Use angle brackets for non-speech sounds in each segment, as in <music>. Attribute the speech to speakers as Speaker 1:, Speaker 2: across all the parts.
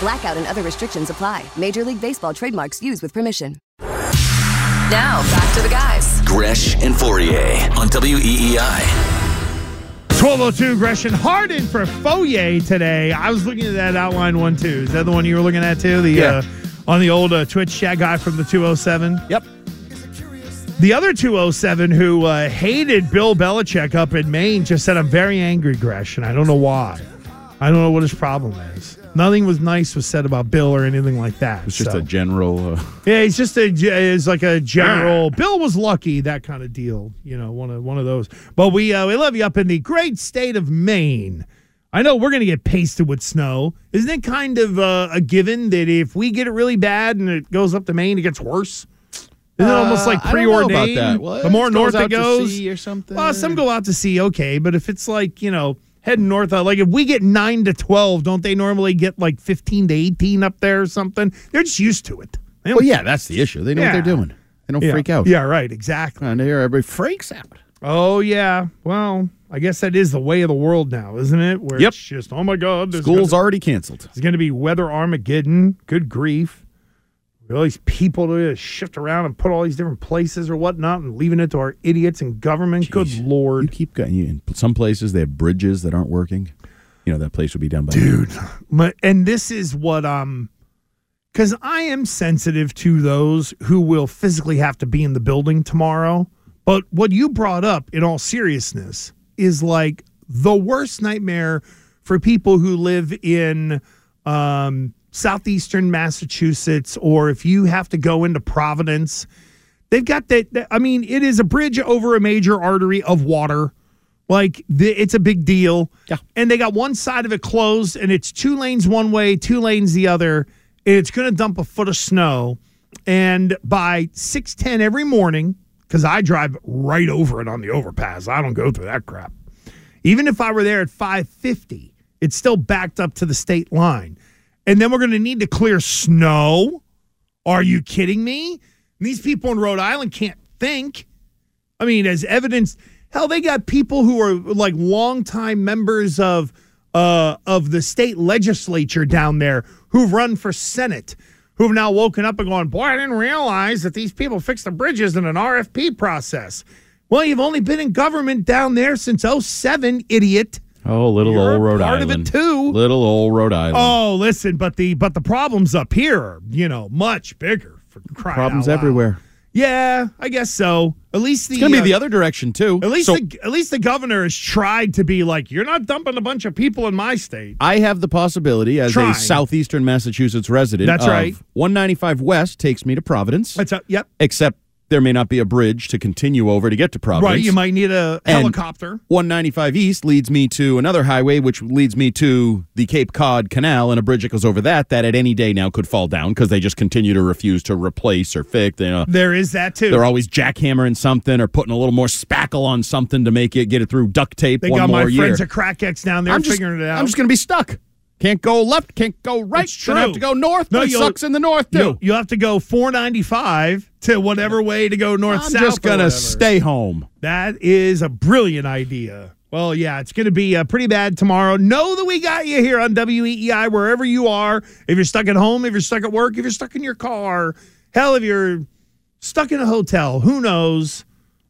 Speaker 1: Blackout and other restrictions apply. Major League Baseball trademarks used with permission.
Speaker 2: Now, back to the guys.
Speaker 3: Gresh and Fourier on E WEEI.
Speaker 4: 1202 Gresham oh Harden for Foyer today. I was looking at that outline one too. Is that the one you were looking at too? The
Speaker 5: Yeah.
Speaker 4: uh, on the old uh, Twitch chat guy from the 207.
Speaker 5: Yep.
Speaker 4: The other 207 who uh, hated Bill Belichick up in Maine just said, "I'm very angry, Gresh, and I don't know why. I don't know what his problem is. Nothing was nice was said about Bill or anything like that.
Speaker 5: It's just
Speaker 4: so.
Speaker 5: a general. Uh,
Speaker 4: Yeah, it's just a it's like a general. Bill was lucky that kind of deal, you know, one of one of those. But we uh, we love you up in the great state of Maine. I know we're gonna get pasted with snow. Isn't it kind of uh, a given that if we get it really bad and it goes up to Maine, it gets worse? Isn't it almost like
Speaker 5: Uh, I don't know about
Speaker 4: preordained?
Speaker 5: that. Well,
Speaker 4: the more
Speaker 5: it goes
Speaker 4: north it
Speaker 5: out to
Speaker 4: goes,
Speaker 5: sea or something.
Speaker 4: Well, some go out to sea, okay. But if it's like you know heading north, uh, like if we get nine to twelve, don't they normally get like fifteen to eighteen up there or something? They're just used to it. They don't
Speaker 5: <laughs> well, yeah, that's the issue. They know
Speaker 4: Yeah.
Speaker 5: what they're doing. They don't
Speaker 4: yeah.
Speaker 5: freak out. Uh,
Speaker 4: Yeah, right, exactly.
Speaker 5: Around here, everybody freaks out.
Speaker 4: Oh yeah. Well, I guess that is the way of the world now, isn't it? Where
Speaker 5: Yep.
Speaker 4: it's just oh my god, there's
Speaker 5: School's
Speaker 4: gonna,
Speaker 5: already canceled.
Speaker 4: there's gonna be weather Armageddon. Good grief. With All these people to shift around and put all these different places or whatnot, and leaving it to our idiots in government. Good
Speaker 5: Jeez. You
Speaker 4: lord,
Speaker 5: keep going. You, in some places, they have bridges that aren't working. You know, that place would be down by.
Speaker 4: dude. My- and this is what um, because I am sensitive to those who will physically have to be in the building tomorrow. But what you brought up, in all seriousness, is like the worst nightmare for people who live in um, southeastern Massachusetts, or if you have to go into Providence. They've got that. that- I mean, it is a bridge over a major artery of water. Like the, it's a big deal.
Speaker 5: Yeah.
Speaker 4: And they got one side of it closed, and it's two lanes one way, two lanes the other. And it's going to dump a foot of snow. And by six ten every morning, because I drive right over it on the overpass, I don't go through that crap. Even if I were there at 550, it's still backed up to the state line. And then we're going to need to clear snow. Are you kidding me? And these people in Rhode Island can't think. I mean, as evidence, hell, they got people who are like longtime members of uh, of the state legislature down there who've run for senate, who've now woken up and gone, boy, I didn't realize that these people fixed the bridges in an RFP process. Well, you've only been in government down there since 07, idiot.
Speaker 5: Oh, little
Speaker 4: You're
Speaker 5: old Rhode
Speaker 4: part of it,
Speaker 5: Island.
Speaker 4: too.
Speaker 5: Little old Rhode Island.
Speaker 4: Oh, listen, but the but the problems up here, are, you know, much bigger. For crying
Speaker 5: Problems
Speaker 4: out loud.
Speaker 5: everywhere.
Speaker 4: Yeah, I guess so. At least the
Speaker 5: It's going to
Speaker 4: uh,
Speaker 5: be the other direction, too.
Speaker 4: at least
Speaker 5: So
Speaker 4: the, at least the governor has tried to be like, you're not dumping a bunch of people in my state.
Speaker 5: I have the possibility as
Speaker 4: Trying.
Speaker 5: a southeastern Massachusetts resident.
Speaker 4: That's
Speaker 5: of
Speaker 4: right.
Speaker 5: 195 West takes me to Providence,
Speaker 4: That's a, yep.
Speaker 5: except there may not be a bridge to continue over to get to Providence.
Speaker 4: Right, you might need a
Speaker 5: And-
Speaker 4: helicopter.
Speaker 5: 195 East leads me to another highway, which leads me to the Cape Cod Canal and a bridge that goes over that, that at any day now could fall down because they just continue to refuse to replace or fix. You know,
Speaker 4: There is that too.
Speaker 5: they're always jackhammering something or putting a little more spackle on something to make it get it through duct tape
Speaker 4: they
Speaker 5: one
Speaker 4: got
Speaker 5: more
Speaker 4: my
Speaker 5: year.
Speaker 4: friends at Crack X down there
Speaker 5: I'm just,
Speaker 4: figuring it out.
Speaker 5: I'm just going to be stuck. Can't go left. Can't go right.
Speaker 4: It's
Speaker 5: Gonna
Speaker 4: true.
Speaker 5: have to go north.
Speaker 4: No,
Speaker 5: but it
Speaker 4: you'll-
Speaker 5: sucks in the north too.
Speaker 4: you, you have to go 495 to whatever way to go north
Speaker 5: I'm
Speaker 4: south.
Speaker 5: just
Speaker 4: or
Speaker 5: gonna
Speaker 4: whatever.
Speaker 5: stay home.
Speaker 4: That is a brilliant idea. Well, yeah, it's going to be uh, pretty bad tomorrow. Know that we got you here on WEEI, wherever you are. If you're stuck at home, if you're stuck at work, if you're stuck in your car, hell, if you're stuck in a hotel, who knows?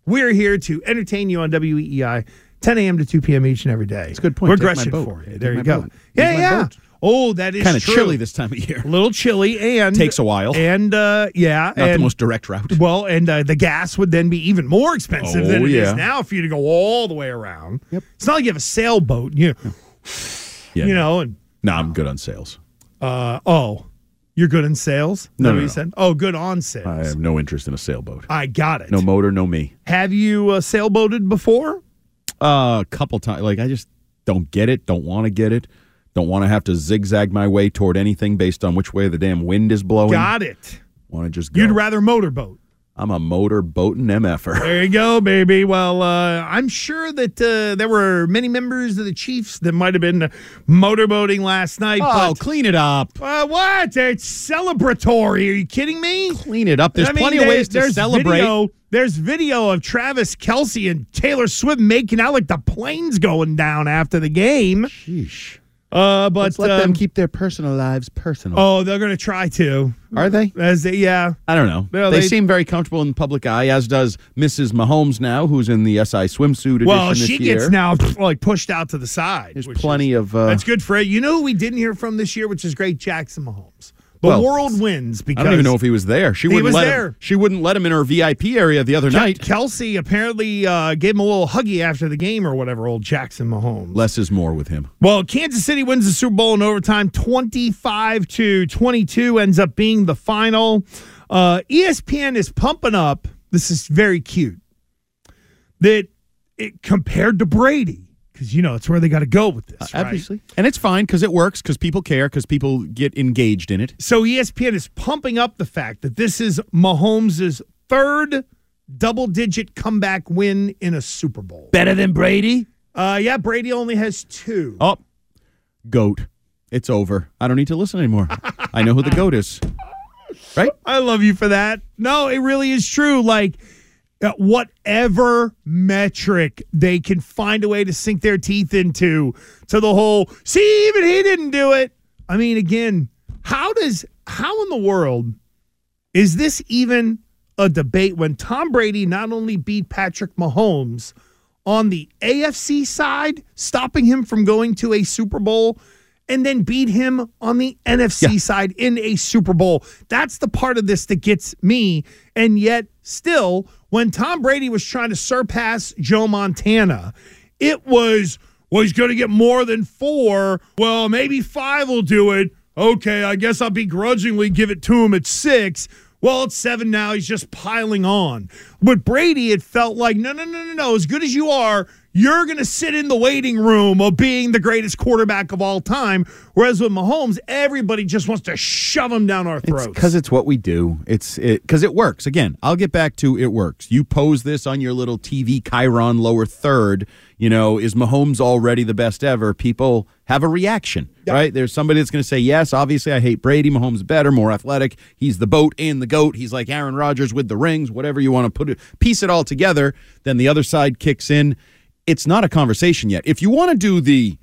Speaker 4: We're here to entertain you on E WEEI, 10 a.m. to 2 p.m. each and every day. It's
Speaker 5: a good point.
Speaker 4: We're
Speaker 5: Take my
Speaker 4: Gresham
Speaker 5: boat.
Speaker 4: for
Speaker 5: Yeah,
Speaker 4: you.
Speaker 5: take
Speaker 4: There you
Speaker 5: my
Speaker 4: go.
Speaker 5: boat.
Speaker 4: Yeah,
Speaker 5: Take my
Speaker 4: yeah.
Speaker 5: boat.
Speaker 4: Oh, that is
Speaker 5: Kind of
Speaker 4: true.
Speaker 5: chilly this time of year.
Speaker 4: A little chilly and
Speaker 5: Takes a while.
Speaker 4: And uh, yeah,
Speaker 5: Not
Speaker 4: and,
Speaker 5: the most direct route.
Speaker 4: Well, and uh, the gas would then be even more expensive than
Speaker 5: Oh,
Speaker 4: it is
Speaker 5: yeah.
Speaker 4: now for you to go all the way around. Yep. It's not like you have a sailboat, you
Speaker 5: Yeah,
Speaker 4: you
Speaker 5: no.
Speaker 4: know, and
Speaker 5: No, I'm good on sales.
Speaker 4: uh, oh, you're good in sales. Is
Speaker 5: No,
Speaker 4: that
Speaker 5: no,
Speaker 4: what you
Speaker 5: no.
Speaker 4: said? Oh, good on
Speaker 5: I
Speaker 4: sales.
Speaker 5: have no interest in a sailboat.
Speaker 4: I got it.
Speaker 5: No motor, no me.
Speaker 4: have you uh, sailboated before?
Speaker 5: Uh, a couple times. Like I just don't get it. Don't want to get it. Don't want to have to zigzag my way toward anything based on which way the damn wind is blowing.
Speaker 4: Got it.
Speaker 5: Want to just go.
Speaker 4: You'd rather motorboat.
Speaker 5: I'm a motor boating er. mf'er.
Speaker 4: There you go, baby. Well, uh, I'm sure that uh, there were many members of the Chiefs that might have been uh, motorboating last night.
Speaker 5: <laughs> Oh, clean it up.
Speaker 4: but, uh, what? It's celebratory. Are you kidding me?
Speaker 5: Clean it up. There's
Speaker 4: I mean,
Speaker 5: plenty of
Speaker 4: there-
Speaker 5: ways to
Speaker 4: there's
Speaker 5: celebrate.
Speaker 4: Video, there's video of Travis Kelsey and Taylor Swift making out like the plane's going down after the game.
Speaker 5: Sheesh.
Speaker 4: Uh, but
Speaker 5: Let's let
Speaker 4: um,
Speaker 5: them keep their personal lives personal.
Speaker 4: Oh, they're gonna try to.
Speaker 5: Are they?
Speaker 4: As they, yeah,
Speaker 5: I don't know.
Speaker 4: No,
Speaker 5: they,
Speaker 4: they-
Speaker 5: seem very comfortable in the public eye, as does Mrs. Mahomes now, who's in the SI swimsuit edition
Speaker 4: well,
Speaker 5: this
Speaker 4: she
Speaker 5: year.
Speaker 4: gets now like pushed out to the side.
Speaker 5: There's
Speaker 4: which is-
Speaker 5: plenty of. Uh,
Speaker 4: That's good for it. You know who we didn't hear from this year, which is great, Jackson Mahomes. The
Speaker 5: Well,
Speaker 4: world wins because
Speaker 5: I don't even know if he was there. She
Speaker 4: He
Speaker 5: wouldn't
Speaker 4: was
Speaker 5: let him.
Speaker 4: there.
Speaker 5: She wouldn't let him in her VIP area the other night.
Speaker 4: Kelsey apparently uh, gave him a little huggy after the game or whatever. Old Jackson Mahomes.
Speaker 5: Less is more with him.
Speaker 4: Well, Kansas City wins the Super Bowl in overtime 25 to 22, ends up being the final. Uh, ESPN is pumping up. This is very cute. That it compared to Brady, because, you know, it's where they got to go with this. right?
Speaker 5: and it's fine because it works because people care because people get engaged in it.
Speaker 4: So E ESPN is pumping up the fact that this is Mahomes' third double digit comeback win in a Super Bowl.
Speaker 5: Better than Brady.
Speaker 4: Uh, yeah, Brady only has two.
Speaker 5: Oh, goat. It's over. I don't need to listen anymore. <laughs> I know who the goat is. Right?
Speaker 4: I love you for that. No, it really is true. Like, uh, whatever metric they can find a way to sink their teeth into, to the whole, see, even he didn't do it. I mean, again, how does, how in the world is this even a debate when Tom Brady not only beat Patrick Mahomes on the AFC side, stopping him from going to a Super Bowl, and then beat him on the NFC side in a Super Bowl? That's the part of this that gets me. And yet, still, when Tom Brady was trying to surpass Joe Montana, it was, well, he's going to get more than four. Well, maybe five will do it. Okay, I guess I'll begrudgingly give it to him at six. Well, it's seven now. He's just piling on. But Brady, it felt like, no, no, no, no, no. As good as you are, you're going to sit in the waiting room of being the greatest quarterback of all time. Whereas with Mahomes, everybody just wants to shove him down our throats.
Speaker 5: Because it's what we do. It's because it works. Again, I'll get back to it works. You pose this on your little TV Chiron lower third. You know, is Mahomes already the best ever? People have a reaction, right? There's somebody that's going to say, yes, obviously I hate Brady. Mahomes is better, more athletic. He's the boat and the goat. He's like Aaron Rodgers with the rings, whatever you want to put it, piece it all together. Then the other side kicks in. It's not a conversation yet. If you want to do the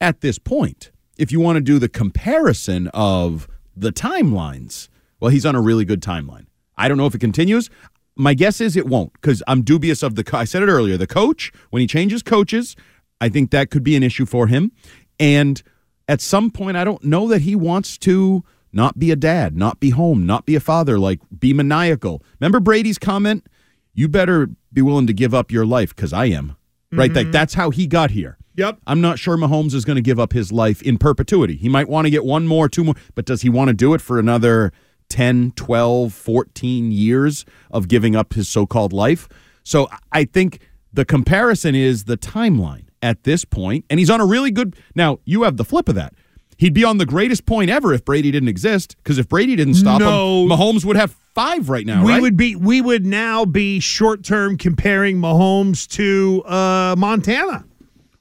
Speaker 5: at this point, if you want to do the comparison of the timelines, well, he's on a really good timeline. I don't know if it continues. My guess is it won't because I'm dubious of the. Co- I said it earlier. The coach, when he changes coaches, I think that could be an issue for him. And at some point, I don't know that he wants to not be a dad, not be home, not be a father, like be maniacal. Remember Brady's comment? You better be willing to give up your life because I am. Right? Like that's how he got here.
Speaker 4: Yep.
Speaker 5: I'm not sure Mahomes is going to give up his life in perpetuity. He might want to get one more, two more, but does he want to do it for another 10, 12, 14 years of giving up his so called life? So I- I think the comparison is the timeline at this point, and he's on a really good. Now, you have the flip of that. He'd be on the greatest point ever if Brady didn't exist, because if Brady didn't stop
Speaker 4: No.
Speaker 5: him, Mahomes would have five right now,
Speaker 4: we
Speaker 5: right?
Speaker 4: would be we would now be short term comparing Mahomes to uh, Montana.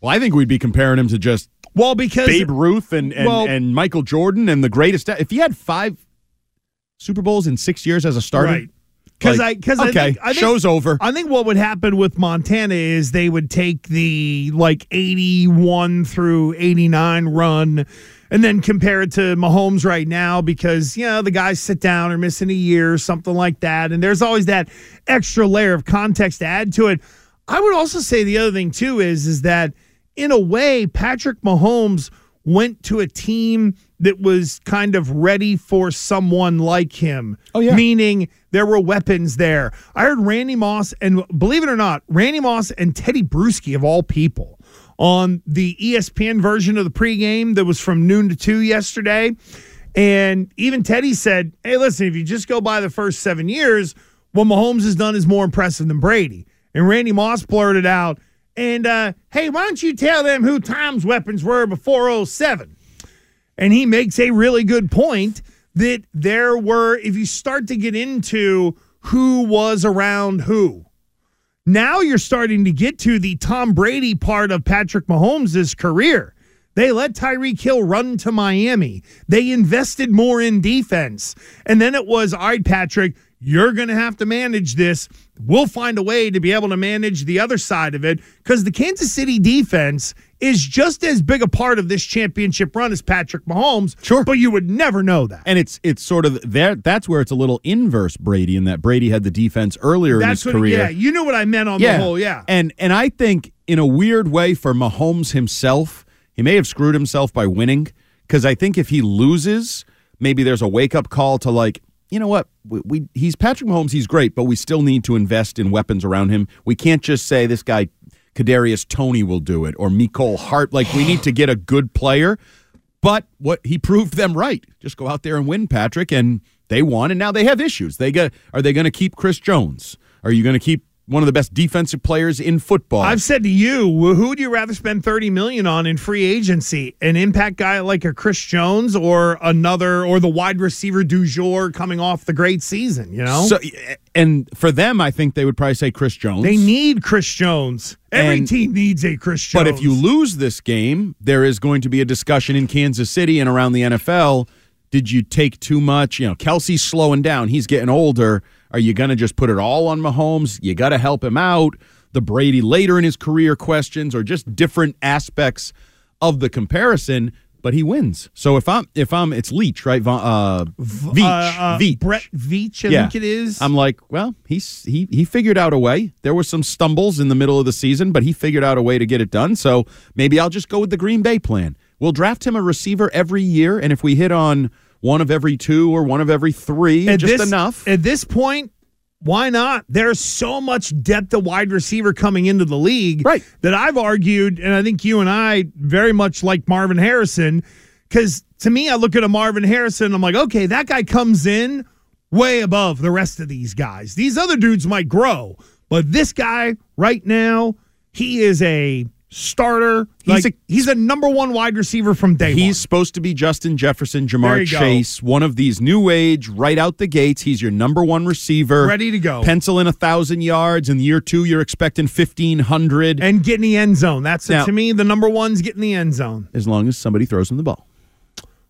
Speaker 5: well, I think we'd be comparing him to just
Speaker 4: Well, because
Speaker 5: Babe Ruth and and,
Speaker 4: Well-
Speaker 5: and Michael Jordan and the greatest. If he had five Super Bowls in six years as a starter,
Speaker 4: Right. Because
Speaker 5: like,
Speaker 4: I because
Speaker 5: okay,
Speaker 4: I think, I think,
Speaker 5: show's over.
Speaker 4: I think what would happen with Montana is they would take the like eighty one through eighty nine run, and then compare it to Mahomes right now because you know the guys sit down or missing a year or something like that, and there's always that extra layer of context to add to it. I would also say the other thing too is is that in a way Patrick Mahomes went to a team that was kind of ready for someone like him.
Speaker 5: Oh, yeah.
Speaker 4: Meaning there were weapons there. I heard Randy Moss, and believe it or not, Randy Moss and Teddy Bruschi, of all people, on the E ESPN version of the pregame that was from noon to two yesterday. And even Teddy said, hey, listen, if you just go by the first seven years, what Mahomes has done is more impressive than Brady. And Randy Moss blurted out, and uh, hey, why don't you tell them who Tom's weapons were before 07? And he makes a really good point that there were, if you start to get into who was around who, now you're starting to get to the Tom Brady part of Patrick Mahomes' career. They let Tyreek Hill run to Miami. They invested more in defense. And then it was, all right, Patrick, you're going to have to manage this. We'll find a way to be able to manage the other side of it because the Kansas City defense is just as big a part of this championship run as Patrick Mahomes.
Speaker 5: Sure.
Speaker 4: But you would never know that.
Speaker 5: And it's it's sort of there. That's where it's a little inverse Brady in that Brady had the defense earlier
Speaker 4: That's
Speaker 5: in
Speaker 4: what,
Speaker 5: his career.
Speaker 4: yeah, you knew what I meant on the whole, yeah.
Speaker 5: And and I think in a weird way for Mahomes himself, he may have screwed himself by winning because I think if he loses, maybe there's a wake up call to like, you know what, we, we he's Patrick Mahomes, he's great, but we still need to invest in weapons around him. We can't just say this guy Kadarius Tony will do it or Miko Hart. Like we need to get a good player. But what he proved them right. Just go out there and win, Patrick, and they won. And now they have issues. They got. Are they going to keep Chris Jones? Are you going to keep one of the best defensive players in football?
Speaker 4: I've said to you, wh- who would you rather spend thirty million on in free agency? An impact guy like a Chris Jones, or another, or the wide receiver du jour coming off the great season? You know,
Speaker 5: so, and for them, I think they would probably say Chris Jones.
Speaker 4: they need Chris Jones. Every
Speaker 5: And-
Speaker 4: team needs a Chris Jones.
Speaker 5: But if you lose this game, there is going to be a discussion in Kansas City and around the NFL. Did you take too much? You know, Kelsey's slowing down. He's getting older. Are you going to just put it all on Mahomes? You got to help him out. The Brady later in his career questions or just different aspects of the comparison, but he wins. So if I'm, if I'm, it's Leach, right? Von, uh, Veach.
Speaker 4: uh, uh,
Speaker 5: Veach.
Speaker 4: Brett Veach, I
Speaker 5: Yeah.
Speaker 4: think it is.
Speaker 5: I'm like, well, he's he he figured out a way. There were some stumbles in the middle of the season, but he figured out a way to get it done. So maybe I'll just go with the Green Bay plan. We'll draft him a receiver every year, and if we hit on one of every two or one of every three,
Speaker 4: at
Speaker 5: just
Speaker 4: this,
Speaker 5: enough.
Speaker 4: At this point, why not? There's so much depth of wide receiver coming into the league
Speaker 5: Right.
Speaker 4: that I've argued, and I think you and I very much like Marvin Harrison, because to me, I look at a Marvin Harrison, I'm like, okay, that guy comes in way above the rest of these guys. These other dudes might grow, but this guy right now, he is a starter.
Speaker 5: He's
Speaker 4: He's
Speaker 5: a-
Speaker 4: a he's a number one wide receiver from day one.
Speaker 5: He's supposed to be Justin Jefferson,
Speaker 4: There
Speaker 5: Jamar
Speaker 4: you go.
Speaker 5: Chase, one of these new age, right out the gates. He's your number one receiver.
Speaker 4: Ready to go.
Speaker 5: Pencil in a thousand yards. In year two, you're expecting fifteen hundred.
Speaker 4: and get in the end zone. That's
Speaker 5: Now-
Speaker 4: to me the number one's get in the end zone.
Speaker 5: as long as somebody throws him the ball.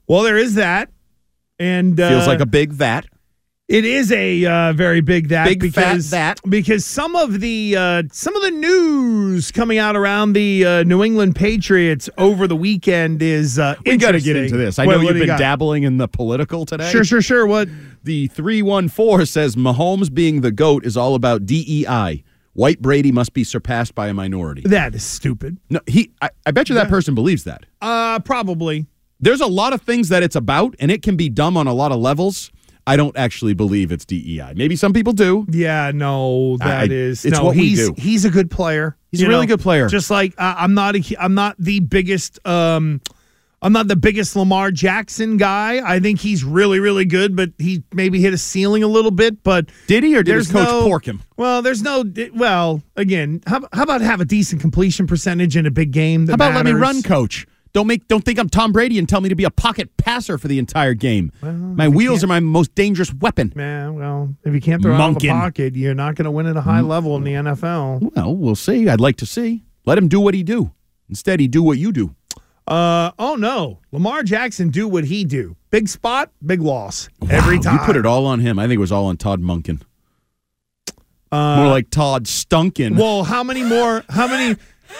Speaker 4: Well, there is that, and uh,
Speaker 5: Feels like a big vat.
Speaker 4: it is a uh, very big that
Speaker 5: Big fat
Speaker 4: because
Speaker 5: that.
Speaker 4: because some of the uh, some of the news coming out around the uh, New England Patriots over the weekend is uh,
Speaker 5: We got to
Speaker 4: interesting.
Speaker 5: get into this. I
Speaker 4: Wait,
Speaker 5: know
Speaker 4: what
Speaker 5: you've
Speaker 4: do you
Speaker 5: been
Speaker 4: got?
Speaker 5: dabbling in the political today.
Speaker 4: Sure, sure, sure. What?
Speaker 5: The 314 says Mahomes being the GOAT is all about DEI. White Brady must be surpassed by a minority.
Speaker 4: That is stupid.
Speaker 5: No, he. I, I bet you that person believes that.
Speaker 4: Uh, probably.
Speaker 5: There's a lot of things that it's about, and it can be dumb on a lot of levels. I don't actually believe it's DEI. Maybe some people do.
Speaker 4: Yeah, no, that
Speaker 5: I-
Speaker 4: is
Speaker 5: it's
Speaker 4: no,
Speaker 5: what we
Speaker 4: he's,
Speaker 5: do.
Speaker 4: He's a good player.
Speaker 5: He's a really good player.
Speaker 4: Just like uh, I'm not, a, hu- I'm not the biggest, um, I'm not the biggest Lamar Jackson guy. I think he's really, really good, but he maybe hit a ceiling a little bit. But
Speaker 5: Did he or did his
Speaker 4: there's
Speaker 5: coach
Speaker 4: no-
Speaker 5: pork him?
Speaker 4: Well, there's no. di- Well, again, how, how about have a decent completion percentage in a big game? That
Speaker 5: How about let me
Speaker 4: matters?
Speaker 5: run, coach? Don't make don't think I'm Tom Brady and tell me to be a pocket passer for the entire game. my wheels are my most dangerous weapon.
Speaker 4: Yeah, well, if you can't throw out of the
Speaker 5: Monken.
Speaker 4: pocket, you're not going to win at a high level in the NFL.
Speaker 5: Well, we'll see. I'd like to see. Let him do what he do. Instead, he do what you do.
Speaker 4: Uh oh no. Lamar Jackson do what he do. Big spot, big loss. Every
Speaker 5: Wow,
Speaker 4: time.
Speaker 5: you put it all on him. I think it was all on Todd Munkin. More like Todd Stunkin.
Speaker 4: Uh, Well, how many more how many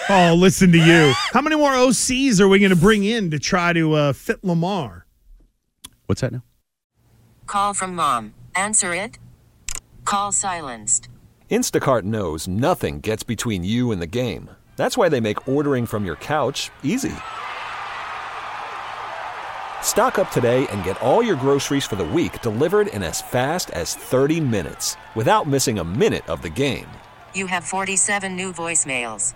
Speaker 4: Oh, listen to you. How many more OCs are we going to bring in to try to uh, fit Lamar?
Speaker 5: What's that now?
Speaker 6: Call from mom. Answer it. Call silenced.
Speaker 7: Instacart knows nothing gets between you and the game. That's why they make ordering from your couch easy. Stock up today and get all your groceries for the week delivered in as fast as 30 minutes without missing a minute of the game.
Speaker 6: You have 47 new voicemails.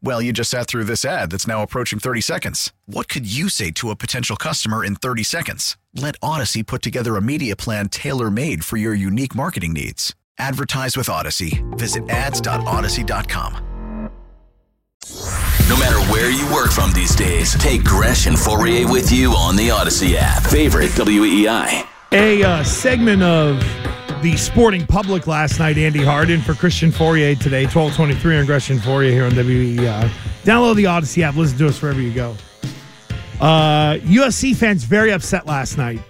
Speaker 8: Well, you just sat through this ad that's now approaching 30 seconds. What could you say to a potential customer in 30 seconds? Let Odyssey put together a media plan tailor made for your unique marketing needs. Advertise with Odyssey. Visit ads.odyssey.com.
Speaker 3: No matter where you work from these days, take Gresh and Fourier with you on the Odyssey app. Favorite E WEEI.
Speaker 4: A uh, segment of the sporting public last night, Andy Harden for Christian Fourier today, 1223 on Christian Fourier here on WEEI. Download the Odyssey app. Listen to us wherever you go. Uh, USC fans very upset last night.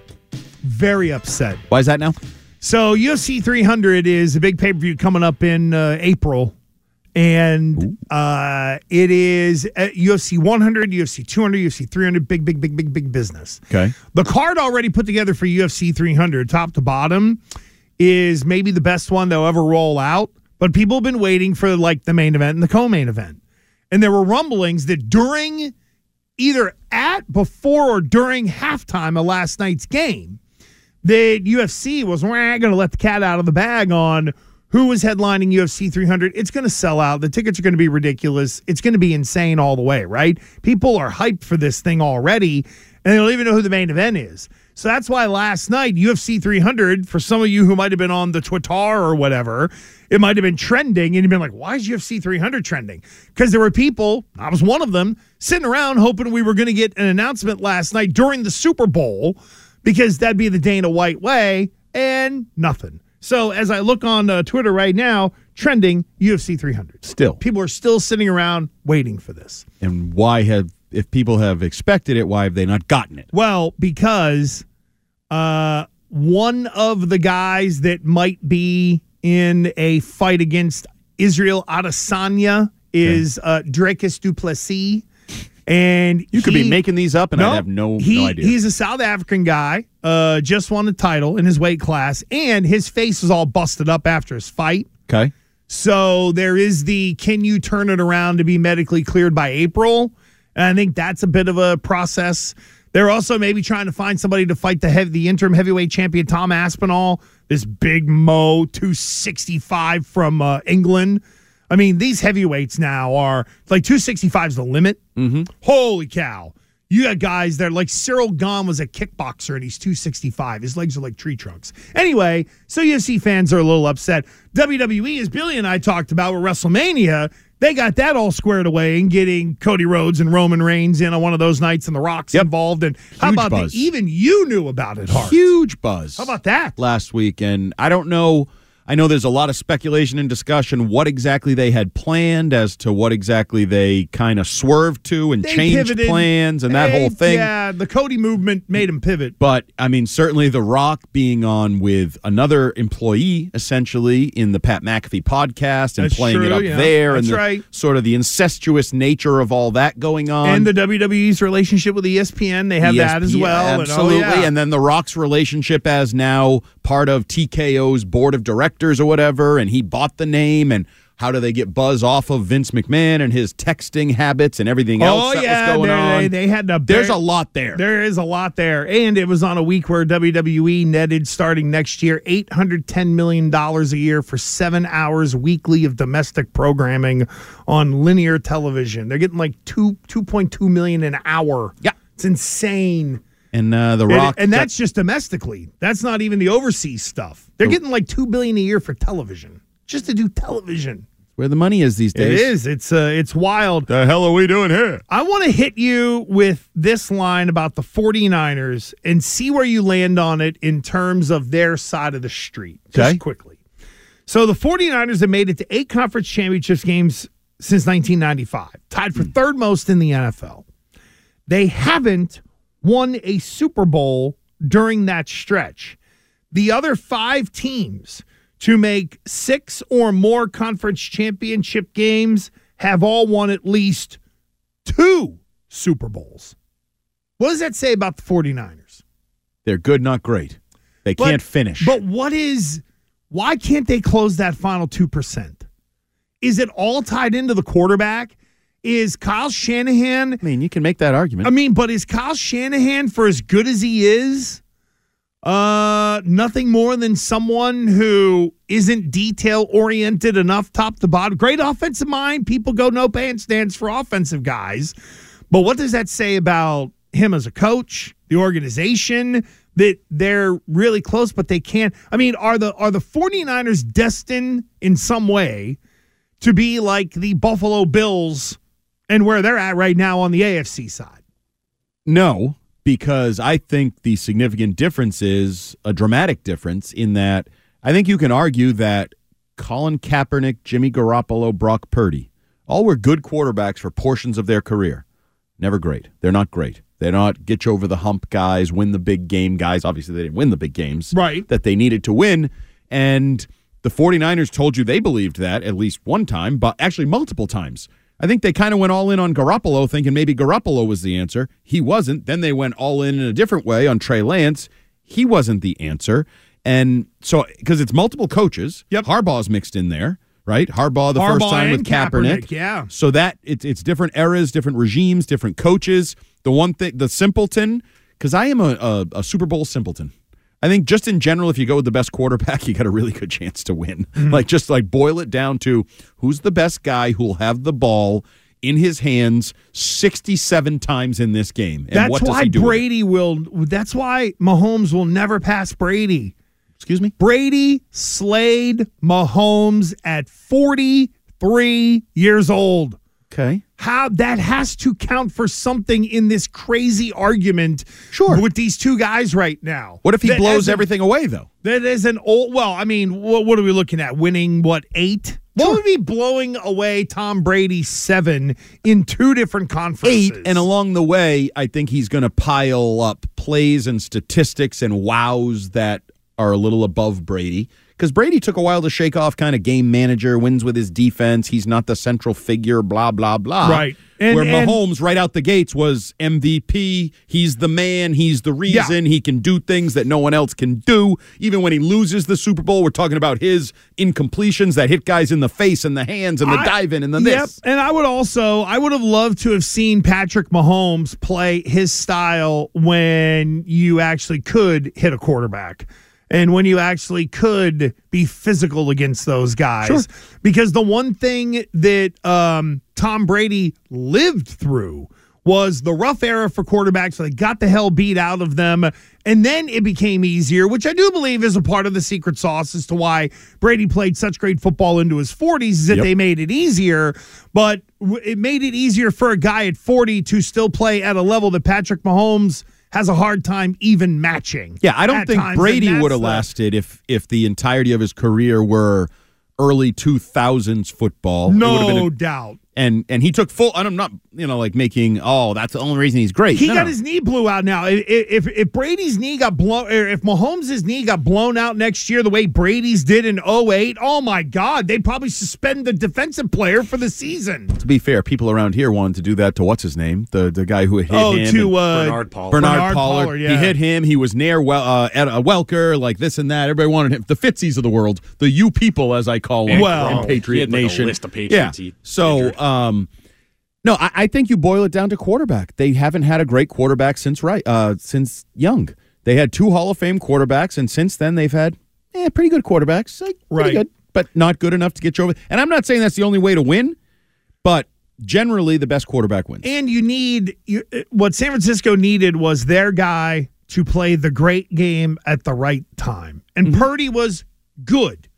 Speaker 4: Very upset.
Speaker 5: Why is that now?
Speaker 4: So UFC 300 is a big pay per view coming up in uh, April, and uh, it is uh, at UFC 100, UFC 200, UFC 300. Big, big, big, big, big business.
Speaker 5: Okay.
Speaker 4: The card already put together for UFC 300, top to bottom, is maybe the best one they'll ever roll out. But people have been waiting for like the main event and the co-main event, and there were rumblings that during, either at, before, or during halftime of last night's game that UFC was going to let the cat out of the bag on who was headlining UFC 300. It's going to sell out. The tickets are going to be ridiculous. It's going to be insane all the way, right? People are hyped for this thing already, and they don't even know who the main event is. So that's why last night, UFC 300, for some of you who might have been on the Twitter or whatever, it might have been trending, and you've been like, why is UFC 300 trending? Because there were people, I was one of them, sitting around hoping we were going to get an announcement last night during the Super Bowl because that'd be the Dana White way and nothing. So as I look on uh, Twitter right now, trending UFC 300.
Speaker 5: Still.
Speaker 4: People are still sitting around waiting for this.
Speaker 5: And why have if people have expected it, why have they not gotten it?
Speaker 4: Well, because uh, one of the guys that might be in a fight against Israel Adesanya is uh, Drakus Duplessis. And
Speaker 5: You could be
Speaker 4: he-
Speaker 5: making these up, and I have no,
Speaker 4: he,
Speaker 5: no idea.
Speaker 4: He's a South African guy, uh, just won a title in his weight class, and his face was all busted up after his fight.
Speaker 5: okay.
Speaker 4: So there is the can you turn it around to be medically cleared by April? And I think that's a bit of a process. They're also maybe trying to find somebody to fight the heavy, the interim heavyweight champion Tom Aspinall, this big Mo 265 from uh, England. I mean, these heavyweights now are like 265 is the limit. Mm-hmm. Holy cow. You got guys that are like Cyril Gahn was a kickboxer and he's 265. His legs are like tree trunks. Anyway, so UFC fans are a little upset. WWE, as Billy and I talked about with WrestleMania, they got that all squared away in getting Cody Rhodes and Roman Reigns in on one of those nights and The Rock's involved. And how
Speaker 5: Huge
Speaker 4: about that?
Speaker 5: buzz.
Speaker 4: Even you knew about it, Hart.
Speaker 5: Huge buzz.
Speaker 4: How about that?
Speaker 5: last week, and I don't know. I know there's a lot of speculation and discussion what exactly they had planned as to what exactly they kind of swerved to and
Speaker 4: They
Speaker 5: changed
Speaker 4: pivoted.
Speaker 5: plans and that
Speaker 4: They-
Speaker 5: whole thing.
Speaker 4: Yeah, the Cody movement made him pivot.
Speaker 5: But I mean, certainly The Rock being on with another employee, essentially in the Pat McAfee podcast and
Speaker 4: That's
Speaker 5: playing it
Speaker 4: true,
Speaker 5: up
Speaker 4: yeah.
Speaker 5: there,
Speaker 4: That's
Speaker 5: and the,
Speaker 4: right.
Speaker 5: sort of the incestuous nature of all that going on. E
Speaker 4: and the WWE's relationship with E ESPN, they have that as
Speaker 5: ESPN,
Speaker 4: well.
Speaker 5: Absolutely.
Speaker 4: And, oh, yeah.
Speaker 5: And then The Rock's relationship as now part of TKO's board of directors or whatever, and he bought the name and how do they get buzz off of Vince McMahon and his texting habits and everything else that was going
Speaker 4: Oh, they,
Speaker 5: on?
Speaker 4: They, they had to.
Speaker 5: There's a lot there.
Speaker 4: There is a lot there, and it was on a week where WWE netted starting next year eight hundred ten million dollars a year for seven hours weekly of domestic programming on linear television. They're getting like two two point two million an hour.
Speaker 5: Yeah.
Speaker 4: it's insane.
Speaker 5: and uh, The
Speaker 4: And-
Speaker 5: Rock
Speaker 4: and that's just domestically. That's not even the overseas stuff. They're getting like two billion a year for television, just to do television.
Speaker 5: where the money is these
Speaker 4: It
Speaker 5: days.
Speaker 4: is. It's uh, it's wild.
Speaker 5: The hell are we doing here?
Speaker 4: I want to hit you with this line about the 49ers and see where you land on it in terms of their side of the street. Just
Speaker 5: Okay.
Speaker 4: quickly. So the 49ers have made it to eight conference championships games since 1995, tied
Speaker 5: Hmm.
Speaker 4: for third most in the NFL. They haven't won a Super Bowl during that stretch. The other five teams to make six or more conference championship games have all won at least two Super Bowls. What does that say about the 49ers?
Speaker 5: They're good, not great. They
Speaker 4: But-
Speaker 5: can't finish.
Speaker 4: But what is why can't they close that final 2%? Is it all tied into the quarterback? Is Kyle Shanahan
Speaker 5: I mean, you can make that argument.
Speaker 4: I mean, but is Kyle Shanahan for as good as he is? Uh, nothing more than someone who isn't detail oriented enough, top to bottom. Great offensive mind. People go no bandstands for offensive guys. But what does that say about him as a coach, the organization that they're really close but they can't? I mean, are the are the 49ers destined in some way to be like the Buffalo Bills and where they're at right now on the AFC side?
Speaker 5: No, because I think the significant difference is a dramatic difference in that I think you can argue that Colin Kaepernick, Jimmy Garoppolo, Brock Purdy, all were good quarterbacks for portions of their career. Never great. They're not great. They're not get you over the hump guys, win the big game guys. Obviously, they didn't win the big games
Speaker 4: Right.
Speaker 5: that they needed to win. And the 49ers told you they believed that at least one time, but actually multiple times. I think they kind of went all in on Garoppolo, thinking maybe Garoppolo was the answer. He wasn't. Then they went all in in a different way on Trey Lance. He wasn't the answer. And so, because it's multiple coaches,
Speaker 4: Yep.
Speaker 5: Harbaugh's mixed in there, right? Harbaugh the
Speaker 4: Harbaugh
Speaker 5: first time with
Speaker 4: and Kaepernick, yeah.
Speaker 5: so that it's it's different eras, different regimes, different coaches. The one thing, the simpleton, because I am a, a, a Super Bowl simpleton. I think just in general, if you go with the best quarterback, <laughs> you got a really good chance to win.
Speaker 4: Mm-hmm.
Speaker 5: Like just like boil it down to who's the best guy who'll have the ball in his hands sixty-seven times in this game, and
Speaker 4: That's
Speaker 5: what does
Speaker 4: why
Speaker 5: he do? with it?
Speaker 4: Brady will. That's why Mahomes will never pass Brady.
Speaker 5: Excuse me.
Speaker 4: Brady slayed Mahomes at 43 years old.
Speaker 5: Okay.
Speaker 4: How that has to count for something in this crazy argument
Speaker 5: Sure.
Speaker 4: with these two guys right now.
Speaker 5: What if he
Speaker 4: That
Speaker 5: blows
Speaker 4: as a-
Speaker 5: everything away though?
Speaker 4: That is an old. Well, I mean, what, what are we looking at? Winning what eight? What would be blowing away Tom Brady seven in two different conferences?
Speaker 5: eight, and along the way, I think he's going to pile up plays and statistics and wows that are a little above Brady. Because Brady took a while to shake off kind of game manager, wins with his defense. He's not the central figure, blah, blah, blah.
Speaker 4: Right. And-
Speaker 5: Where
Speaker 4: and-
Speaker 5: Mahomes, right out the gates, was MVP. He's the man. He's the reason. He can do things that no one else can do. Even when he loses the Super Bowl, we're talking about his incompletions that hit guys in the face and the hands and the
Speaker 4: I-
Speaker 5: dive in and the
Speaker 4: yep,
Speaker 5: this.
Speaker 4: And I would also, I would have loved to have seen Patrick Mahomes play his style when you actually could hit a quarterback and when you actually could be physical against those guys. Because the one thing that um, Tom Brady lived through was the rough era for quarterbacks. They got the hell beat out of them. And then it became easier, which I do believe is a part of the secret sauce as to why Brady played such great football into his 40s, is that
Speaker 5: Yep.
Speaker 4: they made it easier. But w- it made it easier for a guy at 40 to still play at a level that Patrick Mahomes has a hard time even matching.
Speaker 5: Yeah, I don't
Speaker 4: at
Speaker 5: think
Speaker 4: times, and
Speaker 5: Brady
Speaker 4: that's
Speaker 5: would have
Speaker 4: the-
Speaker 5: lasted if if the entirety of his career were early 2000s football. It would've been
Speaker 4: No
Speaker 5: a-
Speaker 4: doubt.
Speaker 5: and and he took full and I'm not, you know, like making oh, that's the only reason he's great.
Speaker 4: He
Speaker 5: No,
Speaker 4: got
Speaker 5: no.
Speaker 4: his knee blew out now. I- i- If, if Brady's knee got blown, or if Mahomes' knee got blown out next year the way Brady's did in 08, oh my God, they'd probably suspend the defensive player for the season.
Speaker 5: to be fair, people around here wanted to do that to what's his name? The the guy who hit
Speaker 4: Oh,
Speaker 5: him
Speaker 4: to,
Speaker 5: and-
Speaker 4: uh,
Speaker 5: Bernard Pollard.
Speaker 4: Bernard Pollard, yeah.
Speaker 5: He hit him. He was near well uh, at a Welker, like this and that. Everybody wanted him. The Fitzies of the world, the you people as I call them,
Speaker 4: Well-
Speaker 5: in Patriot
Speaker 9: He had, like, a
Speaker 5: Nation.
Speaker 9: list of Patriots
Speaker 5: Yeah.
Speaker 9: he
Speaker 5: So,
Speaker 9: injured.
Speaker 5: um, no, I, I think you boil it down to quarterback. They haven't had a great quarterback since right uh, since Young. They had two Hall of Fame quarterbacks, and since then they've had eh, pretty good quarterbacks, like,
Speaker 4: Right.
Speaker 5: pretty good, but not good enough to get you over. And I'm not saying that's the only way to win, but generally the best quarterback wins.
Speaker 4: And you need you, what San Francisco needed was their guy to play the great game at the right time. And Purdy was good,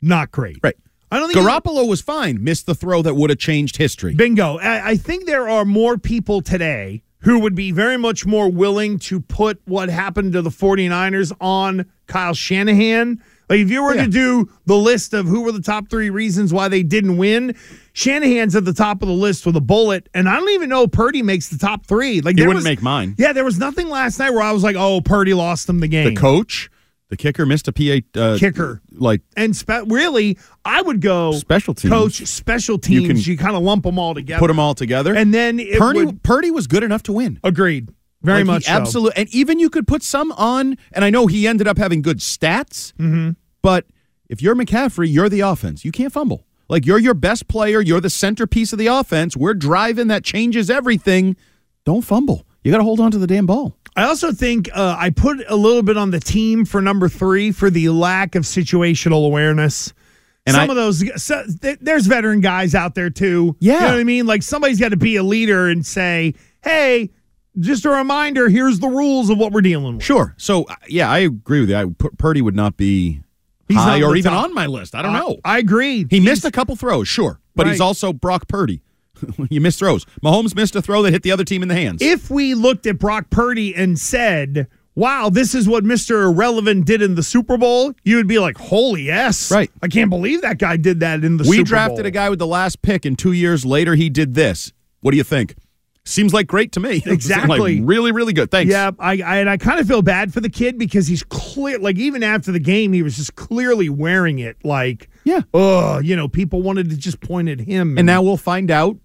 Speaker 4: not great.
Speaker 5: right.
Speaker 4: I don't think he-
Speaker 5: Garoppolo was fine. Missed the throw that would have changed history.
Speaker 4: Bingo. I, I think there are more people today who would be very much more willing to put what happened to the 49ers on Kyle Shanahan. Like, if you were
Speaker 5: Yeah.
Speaker 4: to do the list of who were the top three reasons why they didn't win, Shanahan's at the top of the list with a bullet. And I don't even know Purdy makes the top three. Like,
Speaker 5: He
Speaker 4: there was-
Speaker 5: wouldn't make mine.
Speaker 4: Yeah, there was nothing last night where I was like, oh, Purdy lost them the game.
Speaker 5: The coach, The kicker missed a PA uh,
Speaker 4: Kicker.
Speaker 5: like
Speaker 4: And spe- really, I would go
Speaker 5: Special teams.
Speaker 4: coach, special teams. You,
Speaker 5: can
Speaker 4: kind of lump them all together,
Speaker 5: put them all together.
Speaker 4: and then it
Speaker 5: Purdy
Speaker 4: would-
Speaker 5: Purdy was good enough to win.
Speaker 4: agreed very
Speaker 5: Like,
Speaker 4: much.
Speaker 5: he
Speaker 4: so.
Speaker 5: absolute- and even you could put some on. And I know he ended up having good stats,
Speaker 4: Mm-hmm.
Speaker 5: but if you're McCaffrey, you're the offense. You can't fumble. Like you're your best player. You're the centerpiece of the offense. We're driving that changes everything. Don't fumble. You got to hold on to the damn ball.
Speaker 4: I also think uh, I put a little bit on the team for number three for the lack of situational awareness.
Speaker 5: And
Speaker 4: some
Speaker 5: I-
Speaker 4: of those, so, th- there's veteran guys out there too. you
Speaker 5: Yeah.
Speaker 4: know what I mean. Like somebody's got to be a leader and say, "Hey, just a reminder. Here's the rules of what we're dealing with."
Speaker 5: Sure. So uh, yeah, I agree with you. I, Pur- Purdy would not be
Speaker 4: He's
Speaker 5: high
Speaker 4: not
Speaker 5: or
Speaker 4: the
Speaker 5: even
Speaker 4: top.
Speaker 5: on my list. I don't know.
Speaker 4: I agree.
Speaker 5: He missed a couple throws, sure, but he's
Speaker 4: Right.
Speaker 5: also Brock Purdy. <laughs> you miss throws. Mahomes missed a throw that hit the other team in the hands.
Speaker 4: if we looked at Brock Purdy and said, "Wow, this is what Mister Irrelevant did in the Super Bowl," you would be like, "Holy s,
Speaker 5: Right.
Speaker 4: I can't believe that guy did that in the
Speaker 5: we
Speaker 4: Super
Speaker 5: drafted
Speaker 4: Bowl.
Speaker 5: a guy with the last pick, and two years later he did this. What do you think? Seems like great to me. <laughs> Like,
Speaker 4: Exactly.
Speaker 5: really, really good. Thanks.
Speaker 4: Yeah, I, I and I kind of feel bad for the kid because he's clear. Like even after the game, he was just clearly wearing it. Like,
Speaker 5: Yeah.
Speaker 4: oh, you know, people wanted to just point at him.
Speaker 5: And now we'll find out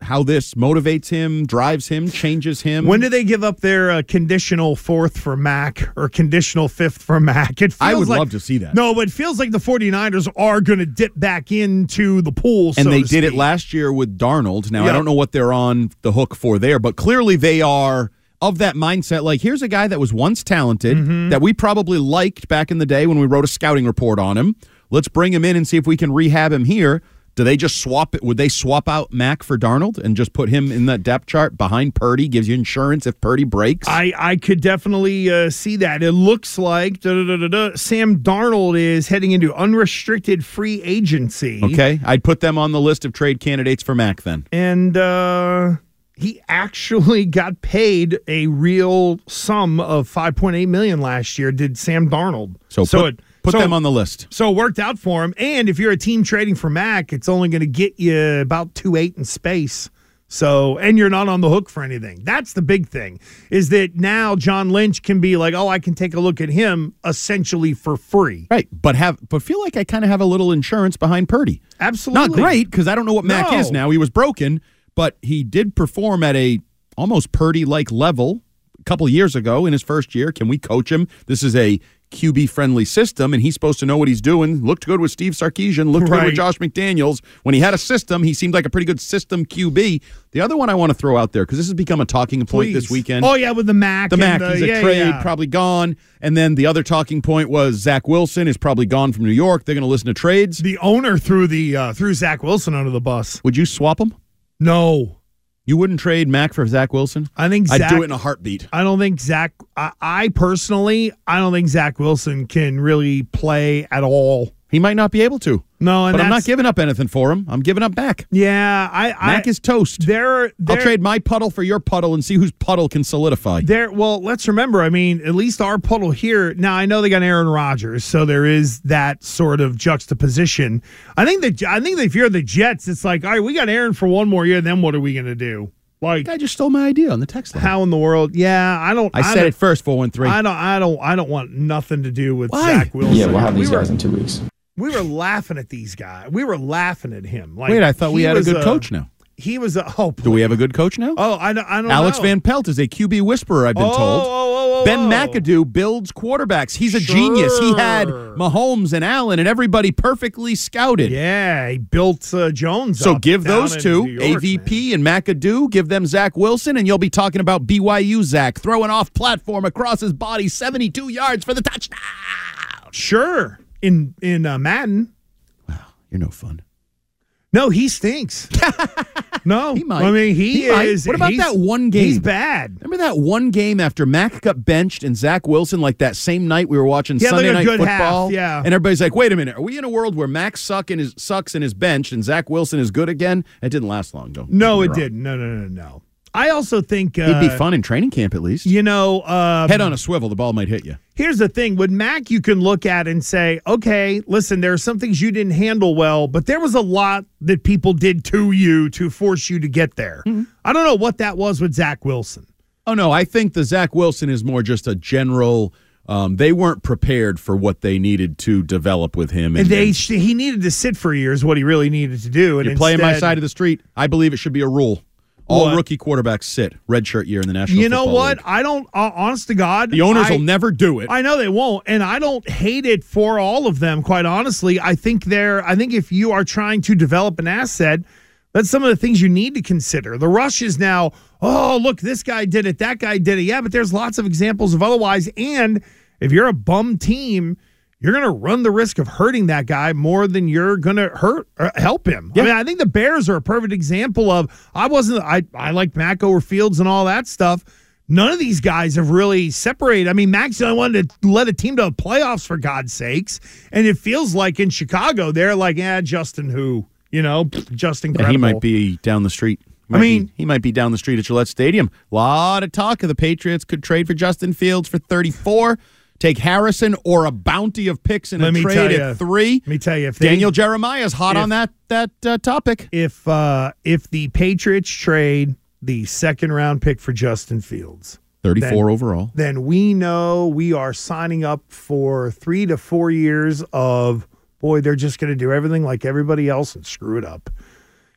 Speaker 5: how this motivates him, drives him, changes him.
Speaker 4: when do they give up their uh, conditional fourth for Mac or conditional fifth for Mac? It feels
Speaker 5: I would
Speaker 4: like,
Speaker 5: love to see that.
Speaker 4: No, but it feels like the 49ers are going to dip back into the pool.
Speaker 5: and
Speaker 4: so
Speaker 5: they
Speaker 4: to
Speaker 5: did it
Speaker 4: speak.
Speaker 5: last year with Darnold. Now I
Speaker 4: Yeah.
Speaker 5: don't know what they're on the hook for there, but clearly they are of that mindset. Like here's a guy that was once talented
Speaker 4: Mm-hmm.
Speaker 5: that we probably liked back in the day when we wrote a scouting report on him. Let's bring him in and see if we can rehab him here. Do they just swap it? Would they swap out Mac for Darnold and just put him in that depth chart behind Purdy? Gives you insurance if Purdy breaks.
Speaker 4: I, I could definitely uh, see that. It looks like da, da, da, da, da, Sam Darnold is heading into unrestricted free agency.
Speaker 5: okay, I'd put them on the list of trade candidates for Mac then.
Speaker 4: and uh, he actually <laughs> got paid a real sum of 5.8 million last year. Did Sam Darnold?
Speaker 5: So, put,
Speaker 4: it,
Speaker 5: put
Speaker 4: so-
Speaker 5: them on the list.
Speaker 4: So it worked out for him. And if you're a team trading for Mac, it's only going to get you about two eight in space. So and you're not on the hook for anything. That's the big thing is that now John Lynch can be like, oh, I can take a look at him essentially for free.
Speaker 5: Right, but have but feel like I kind of have a little insurance behind Purdy.
Speaker 4: Absolutely.
Speaker 5: not great because I don't know what Mac
Speaker 4: No.
Speaker 5: is now. He was broken, but he did perform at a almost Purdy like level a couple years ago in his first year. Can we coach him? This is a QB friendly system, and he's supposed to know what he's doing. Looked good with Steve Sarkeesian. Looked good
Speaker 4: Right.
Speaker 5: with Josh McDaniels. When he had a system, he seemed like a pretty good system QB. The other one I want to throw out there because this has become a talking point this
Speaker 4: Please.
Speaker 5: weekend
Speaker 4: Oh yeah, with the Mac.
Speaker 5: the
Speaker 4: and
Speaker 5: Mac.
Speaker 4: the-
Speaker 5: he's a
Speaker 4: yeah,
Speaker 5: trade,
Speaker 4: yeah.
Speaker 5: probably gone. And then the other talking point was Zach Wilson is probably gone from New York. They're going to listen to trades.
Speaker 4: The owner threw the uh, threw Zach Wilson under the bus.
Speaker 5: Would you swap him?
Speaker 4: No,
Speaker 5: You wouldn't trade Mac for Zach Wilson?
Speaker 4: I think Zach.
Speaker 5: I'd do it in a heartbeat.
Speaker 4: I don't think Zach. I, I personally, I don't think Zach Wilson can really play at all.
Speaker 5: He might not be able to.
Speaker 4: No, and
Speaker 5: but I'm not
Speaker 4: that's-
Speaker 5: giving up anything for him. I'm giving up Mac.
Speaker 4: Yeah, I.
Speaker 5: Mac
Speaker 4: I,
Speaker 5: is toast.
Speaker 4: there.
Speaker 5: I'll
Speaker 4: there-
Speaker 5: trade my puddle for your puddle and see whose puddle can solidify.
Speaker 4: There. Well, let's remember. I mean, at least our puddle here. Now I know they got Aaron Rodgers, so there is that sort of juxtaposition. I think that I think that if you're the Jets, it's like, all right, we got Aaron for one more year. Then what are we gonna do? Like
Speaker 5: Guy just stole my idea on the text line.
Speaker 4: how in the world? Yeah, I don't.
Speaker 5: I said
Speaker 4: don't-
Speaker 5: it first, 413.
Speaker 4: I don't. I don't. I don't want nothing to do with
Speaker 5: Why?
Speaker 4: Zach Wilson.
Speaker 9: Yeah, we'll have these
Speaker 4: we were,
Speaker 9: guys in two weeks.
Speaker 4: We were laughing at these guys. We were laughing at him. Like,
Speaker 5: Wait, I thought we
Speaker 4: he
Speaker 5: had a
Speaker 4: was
Speaker 5: good coach now.
Speaker 4: He was a oh.
Speaker 5: Do we have a good coach now?
Speaker 4: Oh, I don't. I don't
Speaker 5: Alex
Speaker 4: know.
Speaker 5: Van Pelt is a QB whisperer, I've been
Speaker 4: Oh,
Speaker 5: told.
Speaker 4: oh, oh, oh,
Speaker 5: ben
Speaker 4: oh.
Speaker 5: McAdoo builds quarterbacks. He's a genius. He had
Speaker 4: Sure.
Speaker 5: Mahomes and Allen and everybody perfectly scouted.
Speaker 4: Yeah, he built uh, Jones.
Speaker 5: So
Speaker 4: up
Speaker 5: give
Speaker 4: down
Speaker 5: those
Speaker 4: in
Speaker 5: two,
Speaker 4: New York, man.
Speaker 5: AVP and McAdoo, give them Zach Wilson, and you'll be talking about BYU Zach throwing off platform across his body 72 yards for the touchdown.
Speaker 4: Sure, in in uh, Madden.
Speaker 5: You're no fun.
Speaker 4: No, he
Speaker 5: <laughs>
Speaker 4: stinks. no,
Speaker 5: He might.
Speaker 4: I mean, he,
Speaker 5: He might.
Speaker 4: is.
Speaker 5: What about
Speaker 4: he's-
Speaker 5: that one game?
Speaker 4: He's bad.
Speaker 5: Remember that one game after Mac got benched and Zach Wilson, like that same night we were watching
Speaker 4: Yeah, like
Speaker 5: Sunday
Speaker 4: a
Speaker 5: night
Speaker 4: good half,
Speaker 5: football.
Speaker 4: yeah.
Speaker 5: And everybody's like, wait a minute, are we in a world where Mac suck and is sucks and is benched and Zach Wilson is good again? It didn't last long, though.
Speaker 4: No, it didn't. No, no, no, no. I also think uh,
Speaker 5: It'd be fun in training camp at least.
Speaker 4: You know, um,
Speaker 5: Head on a swivel, the ball might hit you.
Speaker 4: here's the thing with Mac, you can look at and say, okay, listen, there are some things you didn't handle well, but there was a lot that people did to you to force you to get there. I don't know what that was with Zach Wilson.
Speaker 5: Oh no, I think the Zach Wilson is more just a general um, they weren't prepared for what they needed to develop with him.
Speaker 4: And they sh- he needed to sit for a year is what he really needed to do. And
Speaker 5: You're playing my
Speaker 4: instead-
Speaker 5: side of the street. I believe it should be a rule. All
Speaker 4: What?
Speaker 5: rookie quarterbacks sit redshirt year in the national.
Speaker 4: You know
Speaker 5: Football
Speaker 4: what?
Speaker 5: League.
Speaker 4: I don't. Uh, honest to God,
Speaker 5: The owners
Speaker 4: I-
Speaker 5: will never do it.
Speaker 4: I know they won't, and I don't hate it for all of them. Quite honestly, I think they're. I think if you are trying to develop an asset, that's some of the things you need to consider. The rush is now. Oh, look, this guy did it. That guy did it. Yeah, but there's lots of examples of otherwise. And if you're a bum team, you're going to run the risk of hurting that guy more than you're going to hurt or help him. I mean, I think the Bears are a perfect example of. I wasn't. I I liked Mac over Fields and all that stuff none of these guys have really separated. I mean, Max I wanted to let a team to the playoffs for God's sakes, and it feels like in Chicago they're like, yeah, Justin who, you know, pfft, Justin.
Speaker 5: Yeah, he
Speaker 4: Credible.
Speaker 5: might be down the street. He
Speaker 4: I
Speaker 5: might be-
Speaker 4: mean-
Speaker 5: he might be down the street at Gillette Stadium. A lot of talk of the Patriots could trade for Justin Fields for 34, take Harrison or a bounty of picks in
Speaker 4: Let
Speaker 5: a
Speaker 4: me tell
Speaker 5: trade
Speaker 4: ya.
Speaker 5: at three.
Speaker 4: Let me tell you, if they-
Speaker 5: Daniel Jeremiah's hot
Speaker 4: If-
Speaker 5: on that that uh, topic.
Speaker 4: if uh if the Patriots trade the second round pick for Justin Fields,
Speaker 5: 34 overall.
Speaker 4: then we know we are signing up for three to four years of boy, they're just going to do everything like everybody else and screw it up.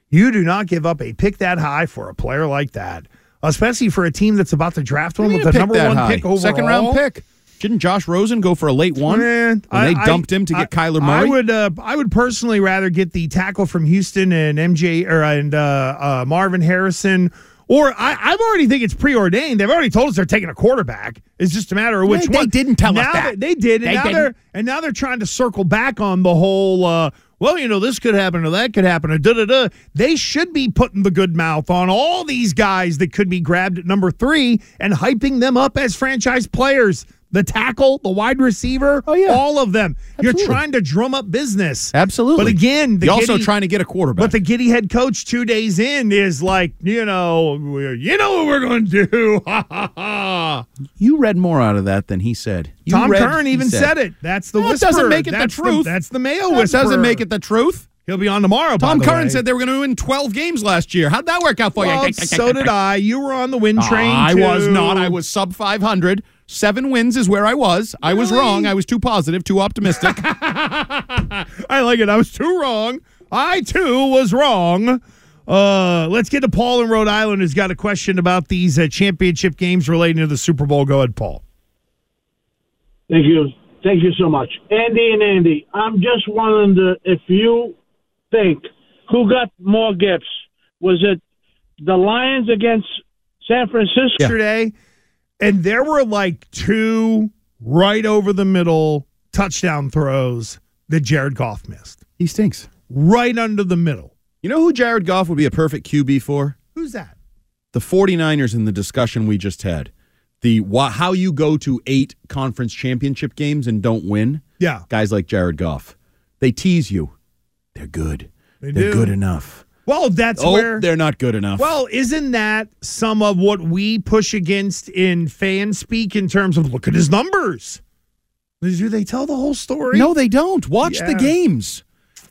Speaker 4: You do not give up a pick that high for a player like that, especially for a team that's about to draft one
Speaker 5: What do you
Speaker 4: with the
Speaker 5: mean a pick
Speaker 4: number
Speaker 5: that
Speaker 4: one
Speaker 5: high?
Speaker 4: pick overall.
Speaker 5: Second round pick. Didn't Josh Rosen go for a late one?
Speaker 4: Man,
Speaker 5: when they dumped him to get
Speaker 4: I-
Speaker 5: Kyler Murray.
Speaker 4: I would, uh, I would personally rather get the tackle from Houston and MJ or and uh, uh, Marvin Harrison. Or I, I already think it's preordained. They've already told us they're taking a quarterback. It's just a matter of which
Speaker 5: They- they
Speaker 4: one.
Speaker 5: didn't tell us
Speaker 4: now
Speaker 5: that.
Speaker 4: They, they did, and
Speaker 5: They
Speaker 4: now
Speaker 5: didn't.
Speaker 4: they're and now they're trying to circle back on the whole. Uh, well, you know, this could happen, or that could happen, or da da da. They should be putting the good mouth on all these guys that could be grabbed at number three and hyping them up as franchise players. The tackle, the wide receiver,
Speaker 5: Oh, yeah.
Speaker 4: all of them. You're
Speaker 5: Absolutely.
Speaker 4: trying to drum up business,
Speaker 5: Absolutely.
Speaker 4: But again, the
Speaker 5: You're also
Speaker 4: Giddy-
Speaker 5: trying to get a quarterback.
Speaker 4: But the Giddy head coach two days in is like, you know, we- you know what we're going to do. <laughs> Ha ha ha.
Speaker 5: you read more out of that than he said. You
Speaker 4: Tom
Speaker 5: read-
Speaker 4: Kern
Speaker 5: he
Speaker 4: even
Speaker 5: said.
Speaker 4: said it. That's the
Speaker 5: That
Speaker 4: whisper.
Speaker 5: doesn't make it the
Speaker 4: that's
Speaker 5: truth.
Speaker 4: that's the Mayo
Speaker 5: That
Speaker 4: whisper.
Speaker 5: doesn't make it the truth.
Speaker 4: He'll be on tomorrow. by
Speaker 5: Tom
Speaker 4: the
Speaker 5: Curran
Speaker 4: way.
Speaker 5: said they were going to win 12 games last year. How'd that work out for
Speaker 4: Well,
Speaker 5: you?
Speaker 4: so did I. You were on the wind train.
Speaker 5: I was
Speaker 4: too.
Speaker 5: not. I was sub 500. Seven wins is where I was. I was wrong. I was too positive,
Speaker 4: <laughs>
Speaker 5: too optimistic.
Speaker 4: I like it. I was too wrong. I too was wrong. Uh, let's get to Paul in Rhode Island who's got a question about these uh, championship games relating to the Super Bowl. Go ahead, Paul.
Speaker 9: Thank you. Thank you so much. Andy and Andy, I'm just wondering the- if you think who got more gifts. Was it the Lions against San Francisco?
Speaker 4: yesterday, and there were like two right over the middle touchdown throws that Jared Goff missed,
Speaker 5: he stinks.
Speaker 4: right under the middle.
Speaker 5: You know who Jared Goff would be a perfect QB for?
Speaker 4: Who's that?
Speaker 5: the 49ers in the discussion we just had the wh- how you go to eight conference championship games and don't win
Speaker 4: Yeah.
Speaker 5: guys like jared goff they tease you they're good
Speaker 4: They
Speaker 5: are
Speaker 4: do.
Speaker 5: good enough
Speaker 4: Well, that's
Speaker 5: oh
Speaker 4: where.
Speaker 5: they're not good enough
Speaker 4: Well, isn't that some of what we push against in fan speak in terms of look at his numbers? Do they tell the whole story?
Speaker 5: no they don't watch the
Speaker 4: Yeah.
Speaker 5: games